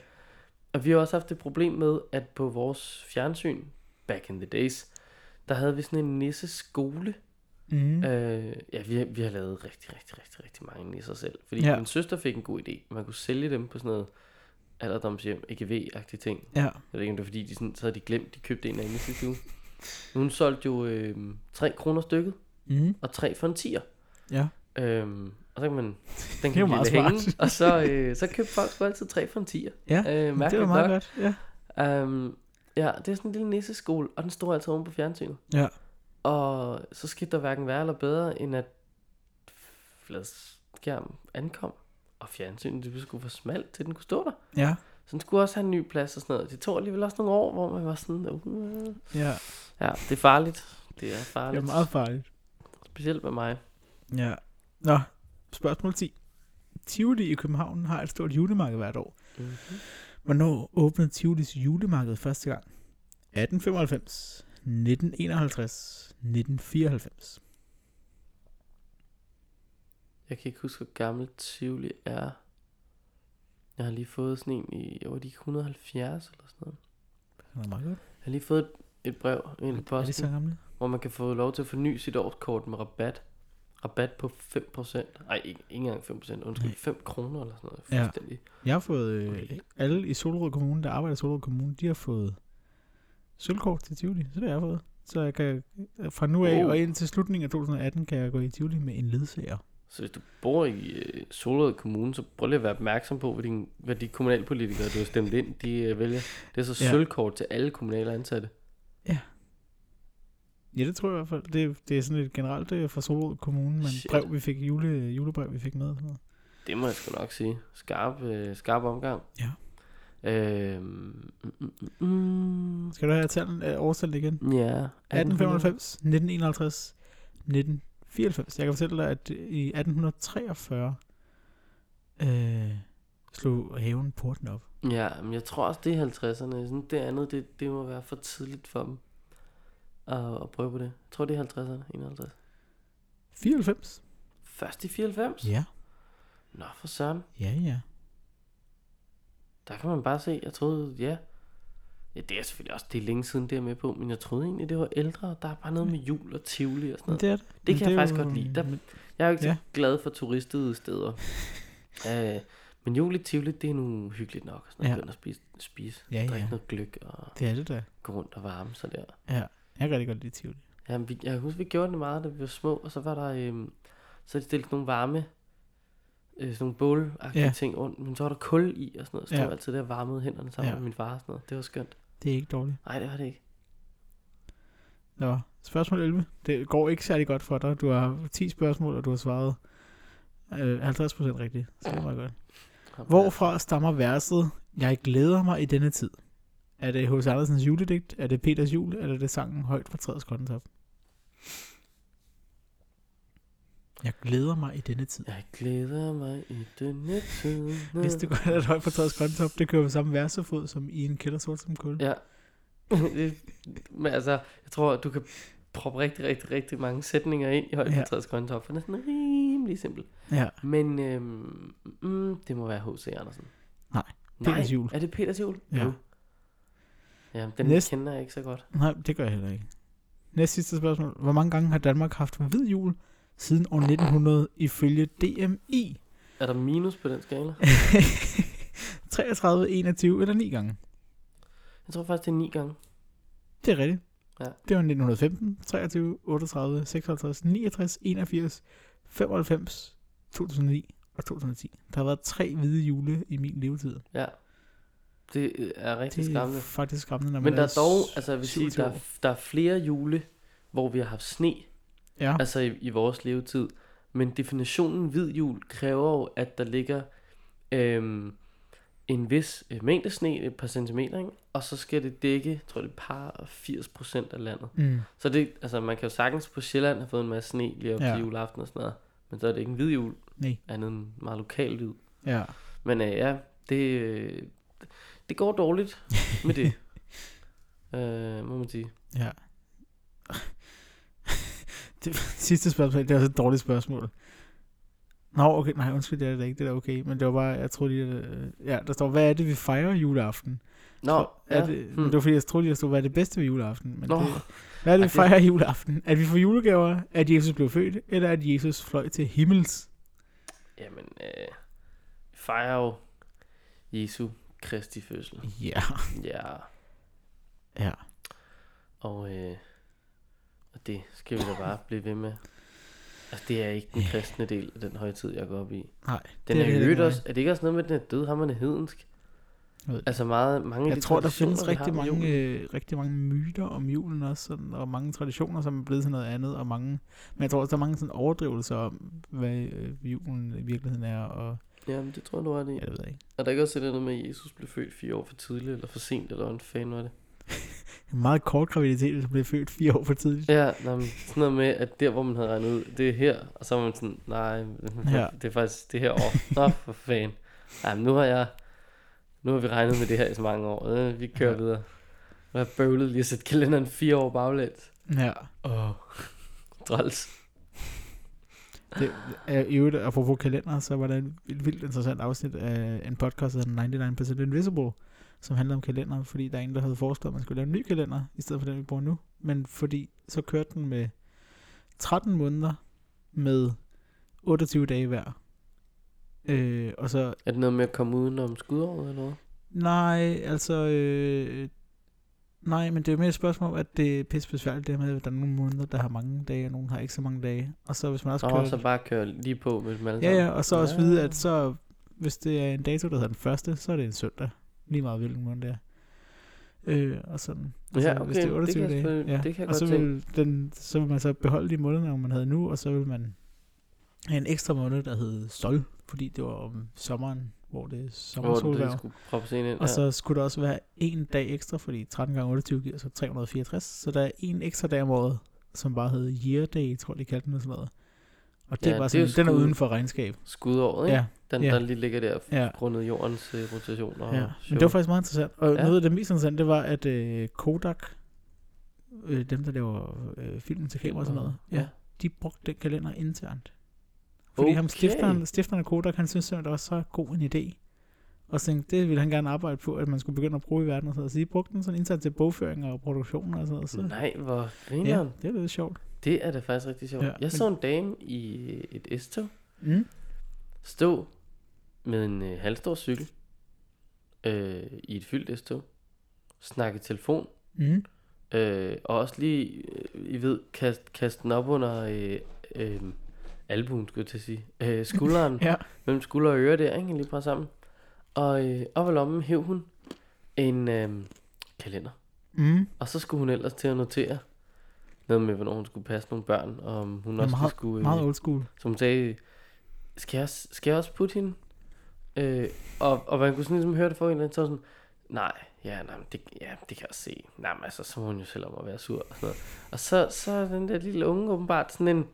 Speaker 1: og vi har også haft et problem med, at på vores fjernsyn, back in the days, der havde vi sådan en nisseskole,
Speaker 2: Mm.
Speaker 1: Øh, ja, vi, vi har lavet rigtig, rigtig, rigtig, rigtig mange nisser selv. Fordi
Speaker 2: Ja.
Speaker 1: ja. min søster fik en god idé. Man kunne sælge dem på sådan noget alderdomshjem, EGV-agtige ting.
Speaker 2: ja.
Speaker 1: Jeg ved ikke, om det var fordi, de sådan, så havde de glemt, de købte en af i sidste uge. Men Hun solgte jo øh, 3 kroner stykket,
Speaker 2: Mm.
Speaker 1: og 3 for en 10'er.
Speaker 2: Ja.
Speaker 1: Øhm, og så kan man, den
Speaker 2: jo
Speaker 1: kan man
Speaker 2: meget
Speaker 1: lade
Speaker 2: smart.
Speaker 1: hænge, og så, øh, så købte folk sgu altid 3 for en 10'er.
Speaker 2: Ja,
Speaker 1: øh,
Speaker 2: Det var
Speaker 1: mærkeligt
Speaker 2: meget
Speaker 1: nok.
Speaker 2: godt. Ja.
Speaker 1: Um, ja, det er sådan en lille nisseskole, og den står altså oven på fjernsynet.
Speaker 2: Ja.
Speaker 1: Og så skete der hverken værre eller bedre, end at fladskærm ankom, og fjernsynet det blev sgu for smalt, til den kunne stå der.
Speaker 2: Ja.
Speaker 1: Så den skulle også have en ny plads og sådan noget. Det tog alligevel også nogle år, hvor man var sådan, uh,
Speaker 2: ja.
Speaker 1: ja, det er farligt. Det er
Speaker 2: Det
Speaker 1: farligt.
Speaker 2: var meget farligt.
Speaker 1: Specielt med mig.
Speaker 2: Ja. Nå, spørgsmål 10. Tivoli i København har et stort julemarked hvert år.
Speaker 1: Mhm.
Speaker 2: Hvornår åbnede Tivolis julemarked første gang? 1895, 1951, 1994.
Speaker 1: Jeg kan ikke huske, hvor gammel Tivoli er. Jeg har lige fået sådan en i, var de ikke 170 eller sådan noget?
Speaker 2: Det er meget godt.
Speaker 1: Jeg har lige fået et- et brev ind i posten.
Speaker 2: Er det så gamle?
Speaker 1: hvor man kan få lov til at forny sit årskort med rabat. Rabat på 5%. Nej, ikke, ikke engang 5%. Undskyld,
Speaker 2: Nej.
Speaker 1: 5 kroner eller sådan noget.
Speaker 2: Ja.
Speaker 1: Fuldstændig.
Speaker 2: Jeg har fået... Øh, alle i Solrød Kommune, der arbejder i Solrød Kommune, de har fået sølvkort til Tivoli. Så det har jeg fået. Så jeg kan fra nu af
Speaker 1: Oh.
Speaker 2: og indtil slutningen af 2018, kan jeg gå i Tivoli med en ledsager.
Speaker 1: Så hvis du bor i øh, Solrød Kommune, så prøv lige at være opmærksom på, hvad, din, hvad de kommunalpolitikere, du har stemt ind, de øh, vælger. Det er så
Speaker 2: Ja.
Speaker 1: ja. sølvkort til alle kommunale ansatte.
Speaker 2: Ja, det tror jeg i hvert fald. Det, det er sådan lidt generelt øh, fra Solrød Kommune, men
Speaker 1: Shit.
Speaker 2: brev, vi fik, jule, julebrev, vi fik med. og Sådan noget.
Speaker 1: Det må jeg sgu nok sige. Skarp, øh, skarp omgang.
Speaker 2: Ja.
Speaker 1: Øhm, mm, mm, mm,
Speaker 2: Skal du have tallet, øh, årstallet igen?
Speaker 1: mm, ja.
Speaker 2: 1895, 1951, 1994. Jeg kan fortælle dig, at øh, i 1843 øh, slog haven porten op.
Speaker 1: Ja, men jeg tror også, det er 50'erne. Sådan det andet, det, det må være for tidligt for dem at, at prøve på det. Jeg tror, det er 50'erne, 51.
Speaker 2: 94?
Speaker 1: Først i 94?
Speaker 2: Ja.
Speaker 1: Nå, for søren.
Speaker 2: Ja, ja.
Speaker 1: Der kan man bare se. Jeg troede, ja. Ja, det er selvfølgelig også, det er længe siden, det er med på, men jeg troede egentlig, det var ældre. Der er bare noget med jul og tivoli og sådan noget.
Speaker 2: Det er det.
Speaker 1: Det kan
Speaker 2: Men
Speaker 1: jeg
Speaker 2: er øh,
Speaker 1: faktisk godt lide. Der- Jeg er jo ikke ja.
Speaker 2: Ja.
Speaker 1: så glad for turistede steder. øh, men jul i Tivoli, det er nu hyggeligt nok. og Sådan
Speaker 2: Ja.
Speaker 1: at ja. at spise, spise
Speaker 2: Ja,
Speaker 1: drikke
Speaker 2: ja.
Speaker 1: noget gløk og
Speaker 2: Det er det da.
Speaker 1: gå rundt og varme sig der.
Speaker 2: Ja. Jeg kan rigtig godt lide Tivoli.
Speaker 1: Jamen, vi, jeg husker, vi gjorde det meget, da vi var små, og så var der, øhm, så havde de stillet sådan nogle varme, øh, sådan nogle bål ja.
Speaker 2: Ja.
Speaker 1: ting rundt, men så var der kul i og sådan noget, så stod
Speaker 2: Ja.
Speaker 1: ja. altid der og varmede hænderne sammen ja.
Speaker 2: Ja.
Speaker 1: med min far og sådan noget. Det var skønt.
Speaker 2: Det er ikke dårligt.
Speaker 1: Nej, det var det ikke.
Speaker 2: Nå, spørgsmål 11. Det går ikke særlig godt for dig. Du har 10 spørgsmål, og du har svaret øh, 50 procent rigtigt. Så det er meget godt.
Speaker 1: Kom,
Speaker 2: Hvorfra stammer verset, jeg glæder mig i denne tid? Er det hos Andersens juledigt? Er det Peters jul? Eller er det sangen højt fra træets grønne top? Jeg glæder mig i denne tid.
Speaker 1: Jeg glæder mig i denne tid.
Speaker 2: Hvis du godt er højt fra træets grønne top, det kører på samme versefod som i en kælder sort som kul.
Speaker 1: Ja. Det- Men altså, jeg tror, at du kan proppe rigtig, rigtig, rigtig mange sætninger ind i højden
Speaker 2: Ja.
Speaker 1: ja. træets grønne top, for den er sådan rimelig simpel.
Speaker 2: Ja.
Speaker 1: Men øhm, mm, det må være H.C. Andersen.
Speaker 2: Nej, Peters Jul.
Speaker 1: Er det Peters Jul?
Speaker 2: Ja.
Speaker 1: Jo. Ja, den
Speaker 2: Næst-
Speaker 1: Næst... kender jeg ikke så godt.
Speaker 2: Nej, det gør jeg heller ikke. Næst sidste spørgsmål. Hvor mange gange har Danmark haft hvid jul siden år 1900 ifølge DMI?
Speaker 1: Er der minus på den skala?
Speaker 2: 33, 21 eller 9 gange?
Speaker 1: Jeg tror faktisk, det er ni gange.
Speaker 2: Det er rigtigt.
Speaker 1: Ja.
Speaker 2: Det var 1915, 23, 38, 56, 69, 81, 95, 2009 og 2010. Der har været tre hvide jule i min levetid.
Speaker 1: Ja. Det øh, er rigtig
Speaker 2: Det er
Speaker 1: skræmmende.
Speaker 2: faktisk skræmmende, når man
Speaker 1: Men der er dog,
Speaker 2: s-
Speaker 1: altså jeg vil sige,
Speaker 2: 27
Speaker 1: der, er- der er flere jule, hvor vi har haft sne,
Speaker 2: Ja,
Speaker 1: altså i, i vores levetid. Men definitionen hvid jul kræver jo, at der ligger øhm, en vis øh, mængde sne, et par centimeter, ikke? og så skal det dække, jeg tror det er par og 80 procent af landet.
Speaker 2: mm,
Speaker 1: Så det, altså man kan jo sagtens på Sjælland have fået en masse sne lige op ja.
Speaker 2: Ja.
Speaker 1: til juleaften og sådan noget, men så er det ikke en hvid jul,
Speaker 2: Nej.
Speaker 1: andet end meget lokal lyd.
Speaker 2: ja.
Speaker 1: Men øh, ja, det, øh, det går dårligt med det, øh, må man sige.
Speaker 2: Ja. det sidste spørgsmål, det er også et dårligt spørgsmål. Nå, okay, nej, undskyld, det er det ikke, det er da okay, men det var bare, jeg troede lige, at- ja, der står, hvad er det, vi fejrer juleaften?
Speaker 1: Nå,
Speaker 2: er ja. det, hmm. det var fordi, jeg troede lige, der stod, hvad er det bedste ved juleaften? Men
Speaker 1: Nå.
Speaker 2: Det, hvad er det,
Speaker 1: Ej,
Speaker 2: vi
Speaker 1: det-
Speaker 2: fejrer juleaften? At vi får julegaver, at Jesus blev født, eller at Jesus fløj til himmels?
Speaker 1: Jamen, øh, vi fejrer jo Jesu Kristi fødsel.
Speaker 2: Ja.
Speaker 1: Ja,
Speaker 2: Ja.
Speaker 1: og, øh, og det skal vi da bare blive ved med. Altså, det er ikke den kristne del af den højtid, jeg går op i.
Speaker 2: Nej,
Speaker 1: Den
Speaker 2: det
Speaker 1: er,
Speaker 2: det
Speaker 1: er
Speaker 2: heller
Speaker 1: øvrigt
Speaker 2: ikke
Speaker 1: også, er det ikke også noget med, at den er død, har man er hedensk?
Speaker 2: Jeg ved det
Speaker 1: Altså meget, mange af
Speaker 2: Jeg
Speaker 1: de
Speaker 2: tror, der
Speaker 1: traditioner,
Speaker 2: findes
Speaker 1: vi har
Speaker 2: rigtig
Speaker 1: med
Speaker 2: mange,
Speaker 1: julen.
Speaker 2: øh, rigtig mange myter om julen også, sådan, og mange traditioner, som er blevet til noget andet, og mange, men jeg tror også, der er mange sådan overdrivelser om, hvad øh, julen i virkeligheden er, og
Speaker 1: Jamen, det tror jeg, du har det i.
Speaker 2: ja, det ved jeg ikke.
Speaker 1: Er der ikke også et eller andet med, at Jesus blev født fire år for tidligt, eller for sent, eller en fan var det?
Speaker 2: En meget kort graviditet, som blev født fire år for tidligt.
Speaker 1: Ja, nej, men sådan noget med, at der, hvor man havde regnet ud, det er her, og så var man sådan, nej,
Speaker 2: Ja.
Speaker 1: ja. det er faktisk det her år. Nå, for fanden. Ej, men nu har jeg, nu har vi regnet med det her i så mange år. Øh, vi kører
Speaker 2: Ja.
Speaker 1: ja. videre. Nu har jeg bøvlet lige at sætte kalenderen fire år baglæns.
Speaker 2: Ja.
Speaker 1: Åh, oh. træls.
Speaker 2: Det, øh, I øvrigt, apropos kalender, så var der et vildt, vildt interessant afsnit af en podcast, der hedder 99% Invisible, som handlede om kalender, fordi der er en, der havde foreslået, at man skulle lave en ny kalender, i stedet for den, vi bruger nu. Men fordi så kørte den med 13 måneder med 28 dage hver. Øh, og så,
Speaker 1: Er det noget med at komme udenom skudåret eller noget?
Speaker 2: nej, altså, øh, nej, men det er jo mere et spørgsmål om, at det er pisse besværligt det her med, at der er nogle måneder, der har mange dage, og nogle har ikke så mange dage. Og så hvis man også
Speaker 1: Nå,
Speaker 2: kører...
Speaker 1: så bare køre lige på med dem alle
Speaker 2: Ja, ja, og så også vide,
Speaker 1: Ja.
Speaker 2: at så, hvis det er en dato, der hedder den første, så er det en søndag. Lige meget hvilken måned det er. Øh, og sådan.
Speaker 1: Ja,
Speaker 2: Og så,
Speaker 1: okay,
Speaker 2: hvis det er
Speaker 1: det
Speaker 2: 28
Speaker 1: kan jeg
Speaker 2: dage.
Speaker 1: selvfølgelig- det kan jeg
Speaker 2: og så
Speaker 1: godt
Speaker 2: vil, den, så vil man så beholde de måneder, man havde nu, og så vil man have en ekstra måned, der hed sol, fordi det var om sommeren, hvor det
Speaker 1: Hvor du
Speaker 2: er
Speaker 1: lige
Speaker 2: sommersolværv.
Speaker 1: skulle proppe sig ind.
Speaker 2: Og så skulle der også være en dag ekstra, fordi 13 gange 28 giver så 364. Så der er en ekstra dag om året, som bare hedder Year Day, tror jeg, de kaldte den og sådan noget. Og det
Speaker 1: Ja,
Speaker 2: er
Speaker 1: det er
Speaker 2: bare sådan,
Speaker 1: jo
Speaker 2: den er
Speaker 1: skud.
Speaker 2: uden for regnskab.
Speaker 1: skudåret, ikke?
Speaker 2: Ja,
Speaker 1: Den,
Speaker 2: ja.
Speaker 1: der lige ligger der,
Speaker 2: ja.
Speaker 1: grundet jordens øh, rotation. Og
Speaker 2: Ja,
Speaker 1: show.
Speaker 2: men det var faktisk meget interessant. Og
Speaker 1: Ja.
Speaker 2: ja. noget af det mest interessante, det var, at øh, Kodak, øh, dem der laver øh, film til kamera og sådan noget, ja,
Speaker 1: Ja.
Speaker 2: de brugte den kalender internt. Fordi okay. ham
Speaker 1: Okay.
Speaker 2: stifteren, stifteren af Kodak, han synes simpelthen, det var så god en idé. Og så tænkte, det ville han gerne arbejde på, at man skulle begynde at bruge i verden. Og sådan noget. Så de brugte den sådan internt til bogføring og produktion og sådan noget. Så,
Speaker 1: Nej, hvor
Speaker 2: ja,
Speaker 1: grineren. Ja.
Speaker 2: det er lidt sjovt.
Speaker 1: Det er da faktisk rigtig sjovt.
Speaker 2: Ja,
Speaker 1: Ja, jeg så en dame i et S-tog
Speaker 2: Mm.
Speaker 1: stå med en øh, halvstor cykel øh, i et fyldt S-tog, snakke i telefon,
Speaker 2: Mm.
Speaker 1: øh, og også lige, øh, I ved, kaste kast den op under øh, øh, albuen, skulle jeg til at sige, øh, skulderen,
Speaker 2: Ja.
Speaker 1: mellem skulder og øre der, ikke? lige bare sammen. Og øh, op ad lommen hæv hun en øh, kalender.
Speaker 2: Mm.
Speaker 1: Og så skulle hun ellers til at notere noget med, hvornår hun skulle passe nogle børn, og om hun også
Speaker 2: meget-
Speaker 1: skulle... øh,
Speaker 2: Meget old school.
Speaker 1: som hun sagde, skal jeg, også- skal jeg også putte hende? Øh, og, og man kunne sådan ligesom høre det for hende, så var sådan, nej, ja, nej, men det, ja, det kan jeg også se. Nej, men altså, så må hun jo selv om at være sur og sådan noget. Og så, så er den der lille unge åbenbart sådan en,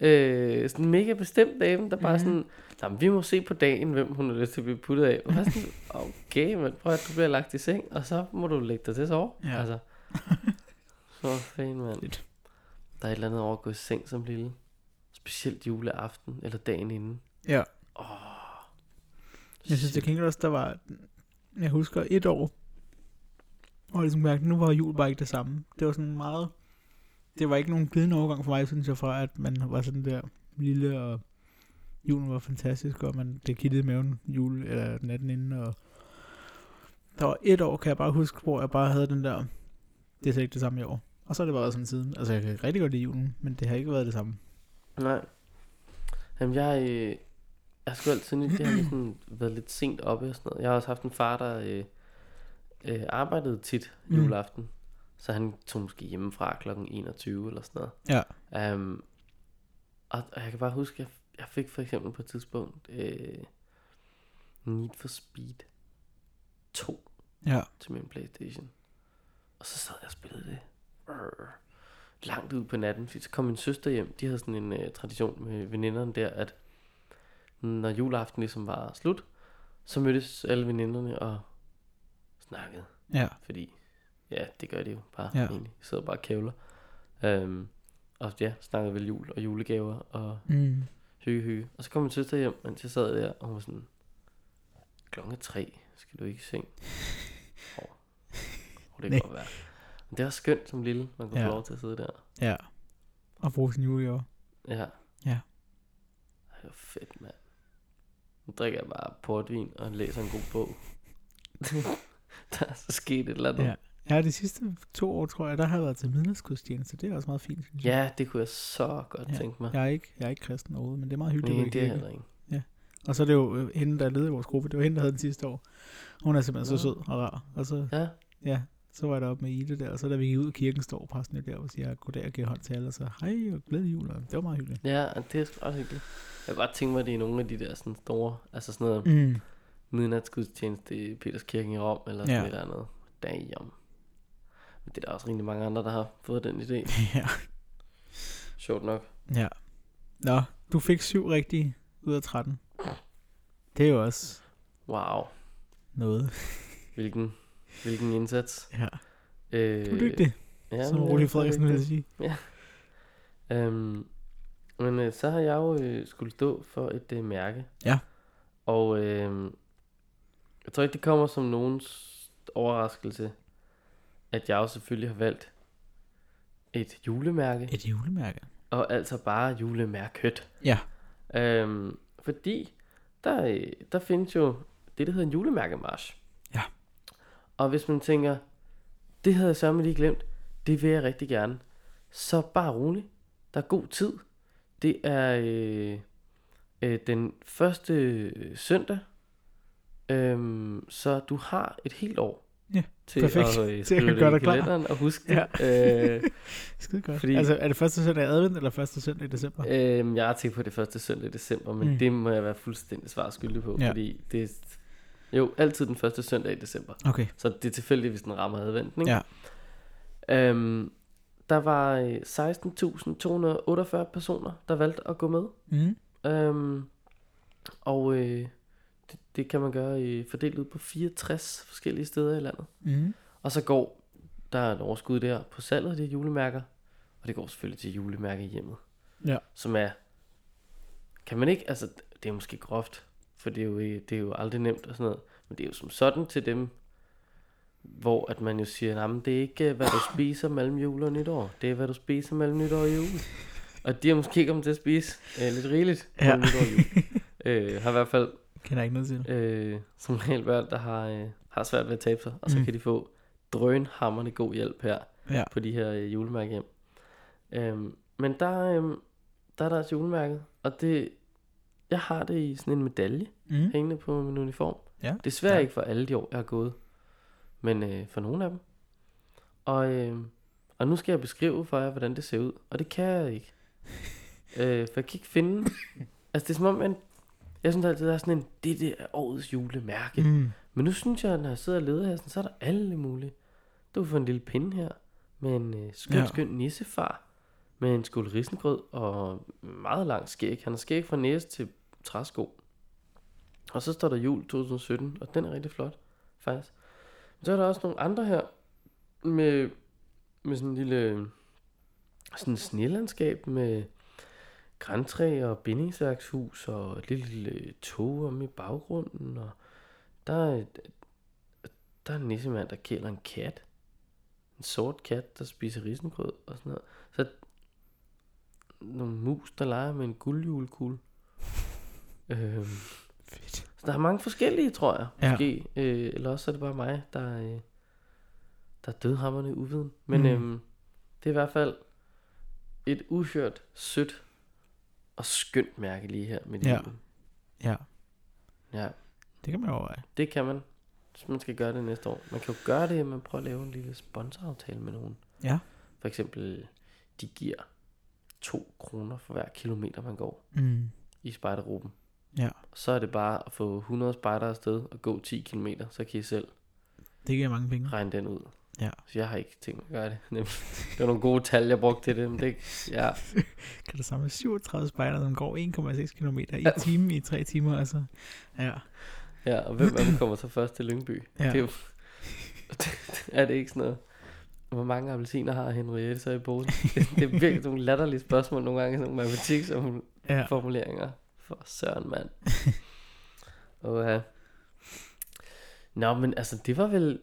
Speaker 1: øh, sådan en mega bestemt dame, der bare mm.
Speaker 2: Mhm.
Speaker 1: sådan, nej, men vi må se på dagen, hvem hun har lyst til at blive puttet af. Og jeg var sådan, okay, men prøv at du bliver lagt i seng, og så må du lægge dig til at sove.
Speaker 2: Ja.
Speaker 1: Altså, så fanden, mand.
Speaker 2: Lidt.
Speaker 1: Der er et eller andet over at gå i seng som lille. Specielt juleaften eller dagen inden.
Speaker 2: Ja.
Speaker 1: Åh.
Speaker 2: Jeg synes, det kan også, der var, jeg husker et år, og ligesom mærke, nu var jul bare ikke det samme. Det var sådan meget, det var ikke nogen glidende overgang for mig, synes jeg, fra at man var sådan der lille, og julen var fantastisk, og man, det kittede i maven jul, eller natten inden, og der var et år, kan jeg bare huske, hvor jeg bare havde den der, det er slet ikke det samme i år. Og så har det bare været sådan siden. Altså, jeg kan rigtig godt lide julen, men det har ikke været det samme.
Speaker 1: Nej. Jamen, jeg, øh, jeg har sgu altid nyt, jeg har sådan været lidt sent oppe og sådan noget. Jeg har også haft en far, der øh, øh, arbejdede tit
Speaker 2: Mm.
Speaker 1: juleaften. Så han tog måske hjemmefra kl. 21 eller sådan noget. Ja. Um, og, og jeg kan bare huske, jeg, jeg fik for eksempel på et tidspunkt øh, Need for Speed 2.
Speaker 2: Ja.
Speaker 1: til min Playstation. Og så sad jeg og spillede det. Arr. Langt ud på natten, fordi så kom min søster hjem. De havde sådan en øh, tradition med veninderne der, at når juleaften ligesom var slut, så mødtes alle veninderne og snakkede.
Speaker 2: Ja.
Speaker 1: Fordi, ja, det gør de jo bare
Speaker 2: Ja.
Speaker 1: ja. egentlig. De sidder bare og kævler. Øhm, og ja, snakkede vel jul og julegaver og
Speaker 2: Mm.
Speaker 1: hygge, hygge. Og så kom min søster hjem, mens jeg sad der, og hun var sådan, klokken er tre, skal du ikke i seng? Åh, oh, det
Speaker 2: Nej.
Speaker 1: kan godt være. Men det var skønt som lille, man kunne ja.
Speaker 2: Ja.
Speaker 1: få lov til at sidde der.
Speaker 2: Ja. Og bruge sin julegaver.
Speaker 1: Ja.
Speaker 2: Ja.
Speaker 1: Ej, det var fedt, mand. Nu drikker jeg bare portvin og læser en god bog. der er så sket et eller andet.
Speaker 2: Ja. Ja, de sidste to år, tror jeg, der har jeg været til midnatsgudstjeneste. Det er også meget fint, synes jeg.
Speaker 1: ja, det kunne jeg så godt ja. tænke mig.
Speaker 2: Jeg er ikke, jeg er ikke kristen overhovedet, men det er meget hyggeligt.
Speaker 1: Nej,
Speaker 2: at
Speaker 1: det er
Speaker 2: være i
Speaker 1: heller
Speaker 2: kirke.
Speaker 1: ikke.
Speaker 2: og så er det jo øh, hende, der leder vores gruppe. Det var hende, der havde den sidste år. Hun er simpelthen så sød og rar. Og så,
Speaker 1: Ja,
Speaker 2: ja, så var jeg deroppe med Ida der, og så da vi gik ud af kirken, står præsten jo der og siger, goddag og giver hånd til alle, og så hej og glædelig jul. og Det var meget hyggeligt.
Speaker 1: ja, og det er sgu også hyggeligt. Jeg kan godt tænke mig, at det er nogle af de der sådan store, altså sådan noget,
Speaker 2: Mm.
Speaker 1: midnatsgudstjeneste i Peterskirken i Rom, eller sådan
Speaker 2: Ja.
Speaker 1: ja. et eller andet. Damn. Men det er der også rigtig mange andre, der har fået den idé.
Speaker 2: ja.
Speaker 1: Sjovt nok.
Speaker 2: ja. Nå, du fik syv rigtige ud af 13. Det er jo også
Speaker 1: Wow.
Speaker 2: noget.
Speaker 1: Hvilken, hvilken indsats.
Speaker 2: Ja.
Speaker 1: Øh,
Speaker 2: Du er dygtig,
Speaker 1: Ja,
Speaker 2: som
Speaker 1: men
Speaker 2: Ole
Speaker 1: jeg er
Speaker 2: Frederiksen
Speaker 1: dygtig.
Speaker 2: ville sige.
Speaker 1: Øhm, men øh, så har jeg jo øh, skulle stå for et øh, mærke.
Speaker 2: Ja.
Speaker 1: Og øh, jeg tror ikke, det kommer som nogens overraskelse, at jeg jo selvfølgelig har valgt et julemærke.
Speaker 2: Et julemærke.
Speaker 1: Og altså bare julemærkøt.
Speaker 2: Ja.
Speaker 1: Øhm, fordi der, øh, der findes jo det, der hedder en julemærkemarsch.
Speaker 2: Ja.
Speaker 1: Og hvis man tænker, det havde jeg sørme lige glemt, det vil jeg rigtig gerne. Så bare rolig. Der er god tid. Det er øh, øh, den første øh, søndag. Øhm, så du har et helt år
Speaker 2: Ja,
Speaker 1: til
Speaker 2: perfekt.
Speaker 1: at,
Speaker 2: Til
Speaker 1: øh,
Speaker 2: at
Speaker 1: skrive det
Speaker 2: gøre
Speaker 1: i
Speaker 2: dig klar.
Speaker 1: kalenderen og huske ja. øh,
Speaker 2: Skide godt. Fordi...
Speaker 1: Fordi-
Speaker 2: Altså, er det første søndag i advent, eller første søndag i december?
Speaker 1: Øhm, jeg har tænkt på det første søndag i december, men
Speaker 2: Mm.
Speaker 1: mm. det må jeg være fuldstændig svar skyldig på,
Speaker 2: Ja.
Speaker 1: ja. fordi det er jo altid den første søndag i december.
Speaker 2: Okay.
Speaker 1: Så det er tilfældigt, hvis den rammer advent, ikke?
Speaker 2: Ja.
Speaker 1: Øhm, der var øh, 16.248 personer, der valgte at gå med.
Speaker 2: Mm.
Speaker 1: Øhm, og øh, det, det kan man gøre øh, fordelt ud på 64 forskellige steder i landet.
Speaker 2: Mm.
Speaker 1: Og så går der er et overskud der på salget af de julemærker. Og det går selvfølgelig til julemærker hjemmet.
Speaker 2: Ja.
Speaker 1: Som er... Kan man ikke... Altså, det er måske groft. For det er, jo, ikke- det er jo aldrig nemt og sådan noget. Men det er jo som sådan til dem, hvor at man jo siger, at det er ikke, øh, hvad du spiser mellem jul og nytår. Det er, hvad du spiser mellem nytår og jul. Og de har måske kommet til at spise øh, lidt rigeligt
Speaker 2: Ja.
Speaker 1: mellem nytår og jul. øh, har i hvert fald
Speaker 2: Kender ikke noget til.
Speaker 1: øh, som regel børn, der har, øh, har svært ved at tabe sig, og så
Speaker 2: Mm.
Speaker 1: mm. kan de få drønhammerne god hjælp her
Speaker 2: Ja.
Speaker 1: på de her øh, julemærkehjem. Øhm, men der, øhm, der er deres julemærke, og det, jeg har det i sådan en medalje
Speaker 2: Mm.
Speaker 1: hængende på min uniform.
Speaker 2: Ja.
Speaker 1: Desværre
Speaker 2: Ja.
Speaker 1: ikke for alle de år, jeg har gået, men øh, for nogle af dem. Og, øh, og nu skal jeg beskrive for jer, hvordan det ser ud, og det kan jeg ikke. øh, for jeg kan ikke finde... Altså, det er som om, man, jeg synes altid, der er sådan en, det der er årets julemærke. Mm.
Speaker 2: Mm.
Speaker 1: Men nu synes jeg, når jeg sidder og leder her, sådan, så er der alle mulige. Du får en lille pinde her, med en øh, skøn,
Speaker 2: Ja.
Speaker 1: ja. skøn nissefar, med en skål risengrød og meget lang skæg. Han har skæg fra næse til træsko. Og så står der jul 2017, og den er rigtig flot, faktisk. Men så er der også nogle andre her, med, med sådan en lille sådan et snelandskab med græntræ og bindingsværkshus og et lille, lille tog om i baggrunden. Og der er, et- der er en nissemand, der kæler en kat. En sort kat, der spiser risengrød og sådan noget. Så nogle mus, der leger med en guldjulekugle. Øhm,
Speaker 2: Fedt.
Speaker 1: så der er mange forskellige, tror jeg.
Speaker 2: Ja.
Speaker 1: Måske. Øh, eller også er det bare mig, der, øh, der er dødhammerne i uviden. Men
Speaker 2: Mm.
Speaker 1: mm. øhm, det er i hvert fald et uhørt, sødt og skønt mærke lige her med
Speaker 2: Ja.
Speaker 1: julen.
Speaker 2: Ja,
Speaker 1: Ja,
Speaker 2: det kan man overveje.
Speaker 1: det kan man. Så man skal gøre det næste år. Man kan jo gøre det, at man prøver at lave en lille sponsoraftale med nogen.
Speaker 2: Ja.
Speaker 1: For eksempel, de giver 2 kroner for hver kilometer, man går
Speaker 2: Mm.
Speaker 1: i spejdergruppen.
Speaker 2: Ja.
Speaker 1: Så er det bare at få 100 spejdere afsted og gå 10 km, så kan I selv
Speaker 2: Det giver mange penge.
Speaker 1: regne den ud.
Speaker 2: Mm. Ja.
Speaker 1: Så jeg har ikke tænkt mig at gøre det. nemlig. Det var nogle gode tal, jeg brugte til det. Men det ja.
Speaker 2: Kan du samle 37 spejder, som går 1,6 km i timen i 3 timer? Altså. Ja.
Speaker 1: ja, og hvem af dem kommer så først til Lyngby?
Speaker 2: Ja.
Speaker 1: Det er, jo, er det ikke sådan noget? Hvor mange appelsiner har Henriette så i posen? Det, det er virkelig nogle latterlige spørgsmål nogle gange, sådan nogle matematik som
Speaker 2: ja.
Speaker 1: formuleringer for søren, mand. Og ja. Nå, men altså, det var vel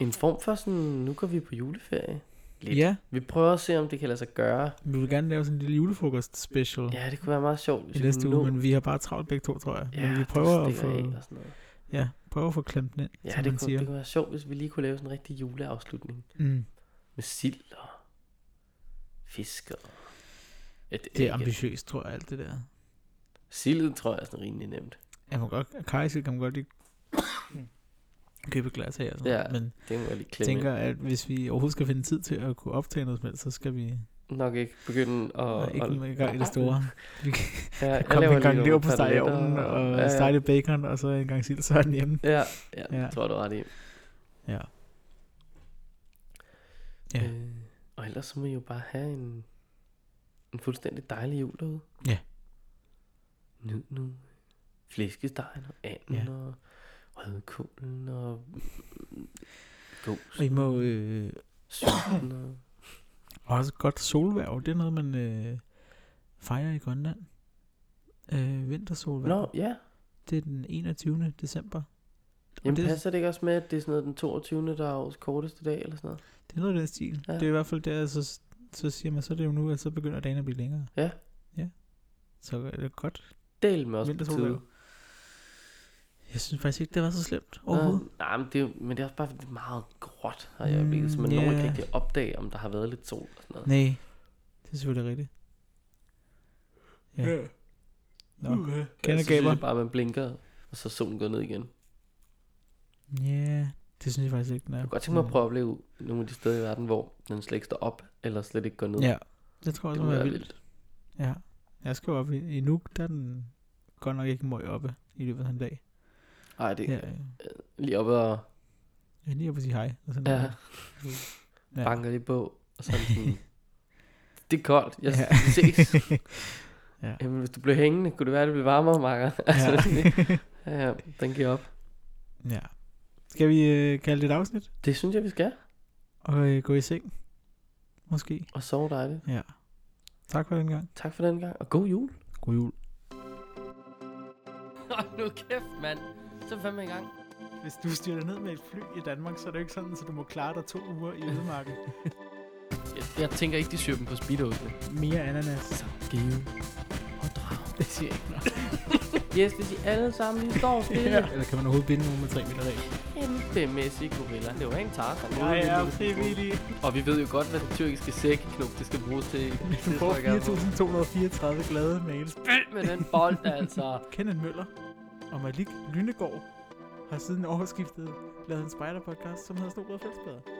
Speaker 1: en form for sådan, nu går vi på juleferie. Lidt.
Speaker 2: ja.
Speaker 1: Vi prøver at se, om det kan lade sig gøre.
Speaker 2: Vi vil gerne lave sådan en lille julefrokost special ja,
Speaker 1: Ja, det kunne være meget sjovt,
Speaker 2: i
Speaker 1: hvis vi
Speaker 2: næste
Speaker 1: kunne
Speaker 2: uge,
Speaker 1: nå-
Speaker 2: men vi har bare travlt begge to, tror jeg.
Speaker 1: ja,
Speaker 2: men vi
Speaker 1: der
Speaker 2: prøver at
Speaker 1: stikker
Speaker 2: få,
Speaker 1: af og sådan noget.
Speaker 2: ja, prøver at få klemt den ind,
Speaker 1: Ja,
Speaker 2: som
Speaker 1: det
Speaker 2: man
Speaker 1: kunne,
Speaker 2: siger.
Speaker 1: det kunne være sjovt, hvis vi lige kunne lave sådan en rigtig juleafslutning.
Speaker 2: Mm.
Speaker 1: Med sild og fisk og... Ja, det,
Speaker 2: Det er
Speaker 1: ikke-
Speaker 2: ambitiøst, tror jeg, alt det der.
Speaker 1: Sildet tror jeg er sådan rimelig nemt.
Speaker 2: Jeg må godt, Kajse kan man godt lige købe et glas af, og sådan
Speaker 1: Ja,
Speaker 2: noget, men
Speaker 1: Det må jeg lige
Speaker 2: jeg
Speaker 1: klemme
Speaker 2: tænker, at hvis vi overhovedet skal finde tid til at kunne optage noget som helst, så skal vi
Speaker 1: ind. Nok ikke begynde at...
Speaker 2: og, ikke i gang i det store. Vi kan
Speaker 1: Ja, jeg
Speaker 2: komme
Speaker 1: laver
Speaker 2: en gang
Speaker 1: lige
Speaker 2: lever
Speaker 1: nogle
Speaker 2: på steg i
Speaker 1: koteletter
Speaker 2: ovnen, og
Speaker 1: ja, ja.
Speaker 2: stege bacon, og så en gang sild, så er den hjemme.
Speaker 1: Ja, ja, det
Speaker 2: Ja.
Speaker 1: ja. tror jeg, du er ret i.
Speaker 2: Ja. Ja.
Speaker 1: Ja. Øh, og ellers så må I jo bare have en, en fuldstændig dejlig jul derude.
Speaker 2: Ja.
Speaker 1: Nyd nu flæskestegen og anden
Speaker 2: Ja.
Speaker 1: ja. og rødkålen og gåsen
Speaker 2: Og I må øh,
Speaker 1: sylten og...
Speaker 2: også godt solværv. Det er noget, man øh, fejrer i Grønland. Øh, vintersolværv.
Speaker 1: Nå, ja.
Speaker 2: Det er den 21. december. Og
Speaker 1: Jamen
Speaker 2: det,
Speaker 1: det... passer det ikke også med, at det er sådan noget den 22. der er årets korteste dag eller sådan noget?
Speaker 2: det er noget af den stil. Ja.
Speaker 1: Ja.
Speaker 2: Det er i hvert fald der, så, så siger man, så er det jo nu, at så begynder dagen at blive længere.
Speaker 1: Ja.
Speaker 2: Ja. Så er det godt.
Speaker 1: Del med os på tide.
Speaker 2: Vintersolværv. Jeg synes faktisk ikke, det var så slemt overhovedet.
Speaker 1: Nå, Nej, men det, er, jo- men det er også bare fordi det er meget gråt her i øjeblikket, så
Speaker 2: Mm,
Speaker 1: man
Speaker 2: ja.
Speaker 1: yeah. nogen kan ikke opdage, om der har været lidt sol og sådan noget.
Speaker 2: Nej, det er selvfølgelig rigtigt. Ja. Nå. Kender
Speaker 1: så synes
Speaker 2: gaber.
Speaker 1: jeg bare, man blinker, og så er solen går ned igen. Jeg
Speaker 2: Ja, det synes jeg faktisk ikke, den er.
Speaker 1: kunne godt tænke mig at prøve at opleve nogle af de steder i verden, hvor den slet ikke står op, eller slet ikke går ned.
Speaker 2: Ja, det tror jeg
Speaker 1: det
Speaker 2: også,
Speaker 1: må
Speaker 2: det
Speaker 1: være
Speaker 2: var vildt.
Speaker 1: vildt.
Speaker 2: Ja. Jeg skal jo op i, i Nuuk, der er den godt nok ikke møg oppe i løbet af en dag.
Speaker 1: Nej, det er
Speaker 2: Ja,
Speaker 1: ja. lige oppe og
Speaker 2: jeg er lige oppe og sige hej. Og sådan
Speaker 1: ja,
Speaker 2: noget. Ja.
Speaker 1: banker lige på, og sådan sådan, det er koldt, jeg
Speaker 2: Ja.
Speaker 1: ja. ses.
Speaker 2: Ja.
Speaker 1: ja. Jamen, hvis du blev hængende, kunne det være, at det blev varmere, Marker. Altså, ja. ja, den giver op.
Speaker 2: ja. Skal vi øh, kalde det et afsnit
Speaker 1: Det synes jeg, vi skal,
Speaker 2: og øh, gå i seng? Måske.
Speaker 1: og sove dejligt.
Speaker 2: Ja. Tak for den gang.
Speaker 1: Tak for den gang, og god jul.
Speaker 2: God jul.
Speaker 1: Nå, nu kæft, mand. Så er vi fandme i gang.
Speaker 2: Hvis du styrer ned med et fly i Danmark, så er det jo ikke sådan, at du må klare dig to uger i ødemarken.
Speaker 1: Jeg, jeg tænker ikke, de syr dem på speedo'et.
Speaker 2: Mere ananas.
Speaker 1: Skive. Og drag.
Speaker 2: Det siger jeg ikke noget.
Speaker 1: Yes, det siger alle sammen, de står stille. ja.
Speaker 3: Eller kan man overhovedet binde nogen med 3 meter regel?
Speaker 1: Kæmpemæssig gorilla. Det var en tartan.
Speaker 2: Jeg er frivillig.
Speaker 1: Og vi ved jo godt, hvad den tyrkiske sækknop, det skal bruges til.
Speaker 2: Du får
Speaker 1: trykker jeg på.
Speaker 2: 4.234 glade mails.
Speaker 1: Spil med den bold, altså.
Speaker 2: Kenneth Møller og Malik Lynegård har siden overskiftet lavet en spider-podcast, som hedder Snobrød Fældsbader.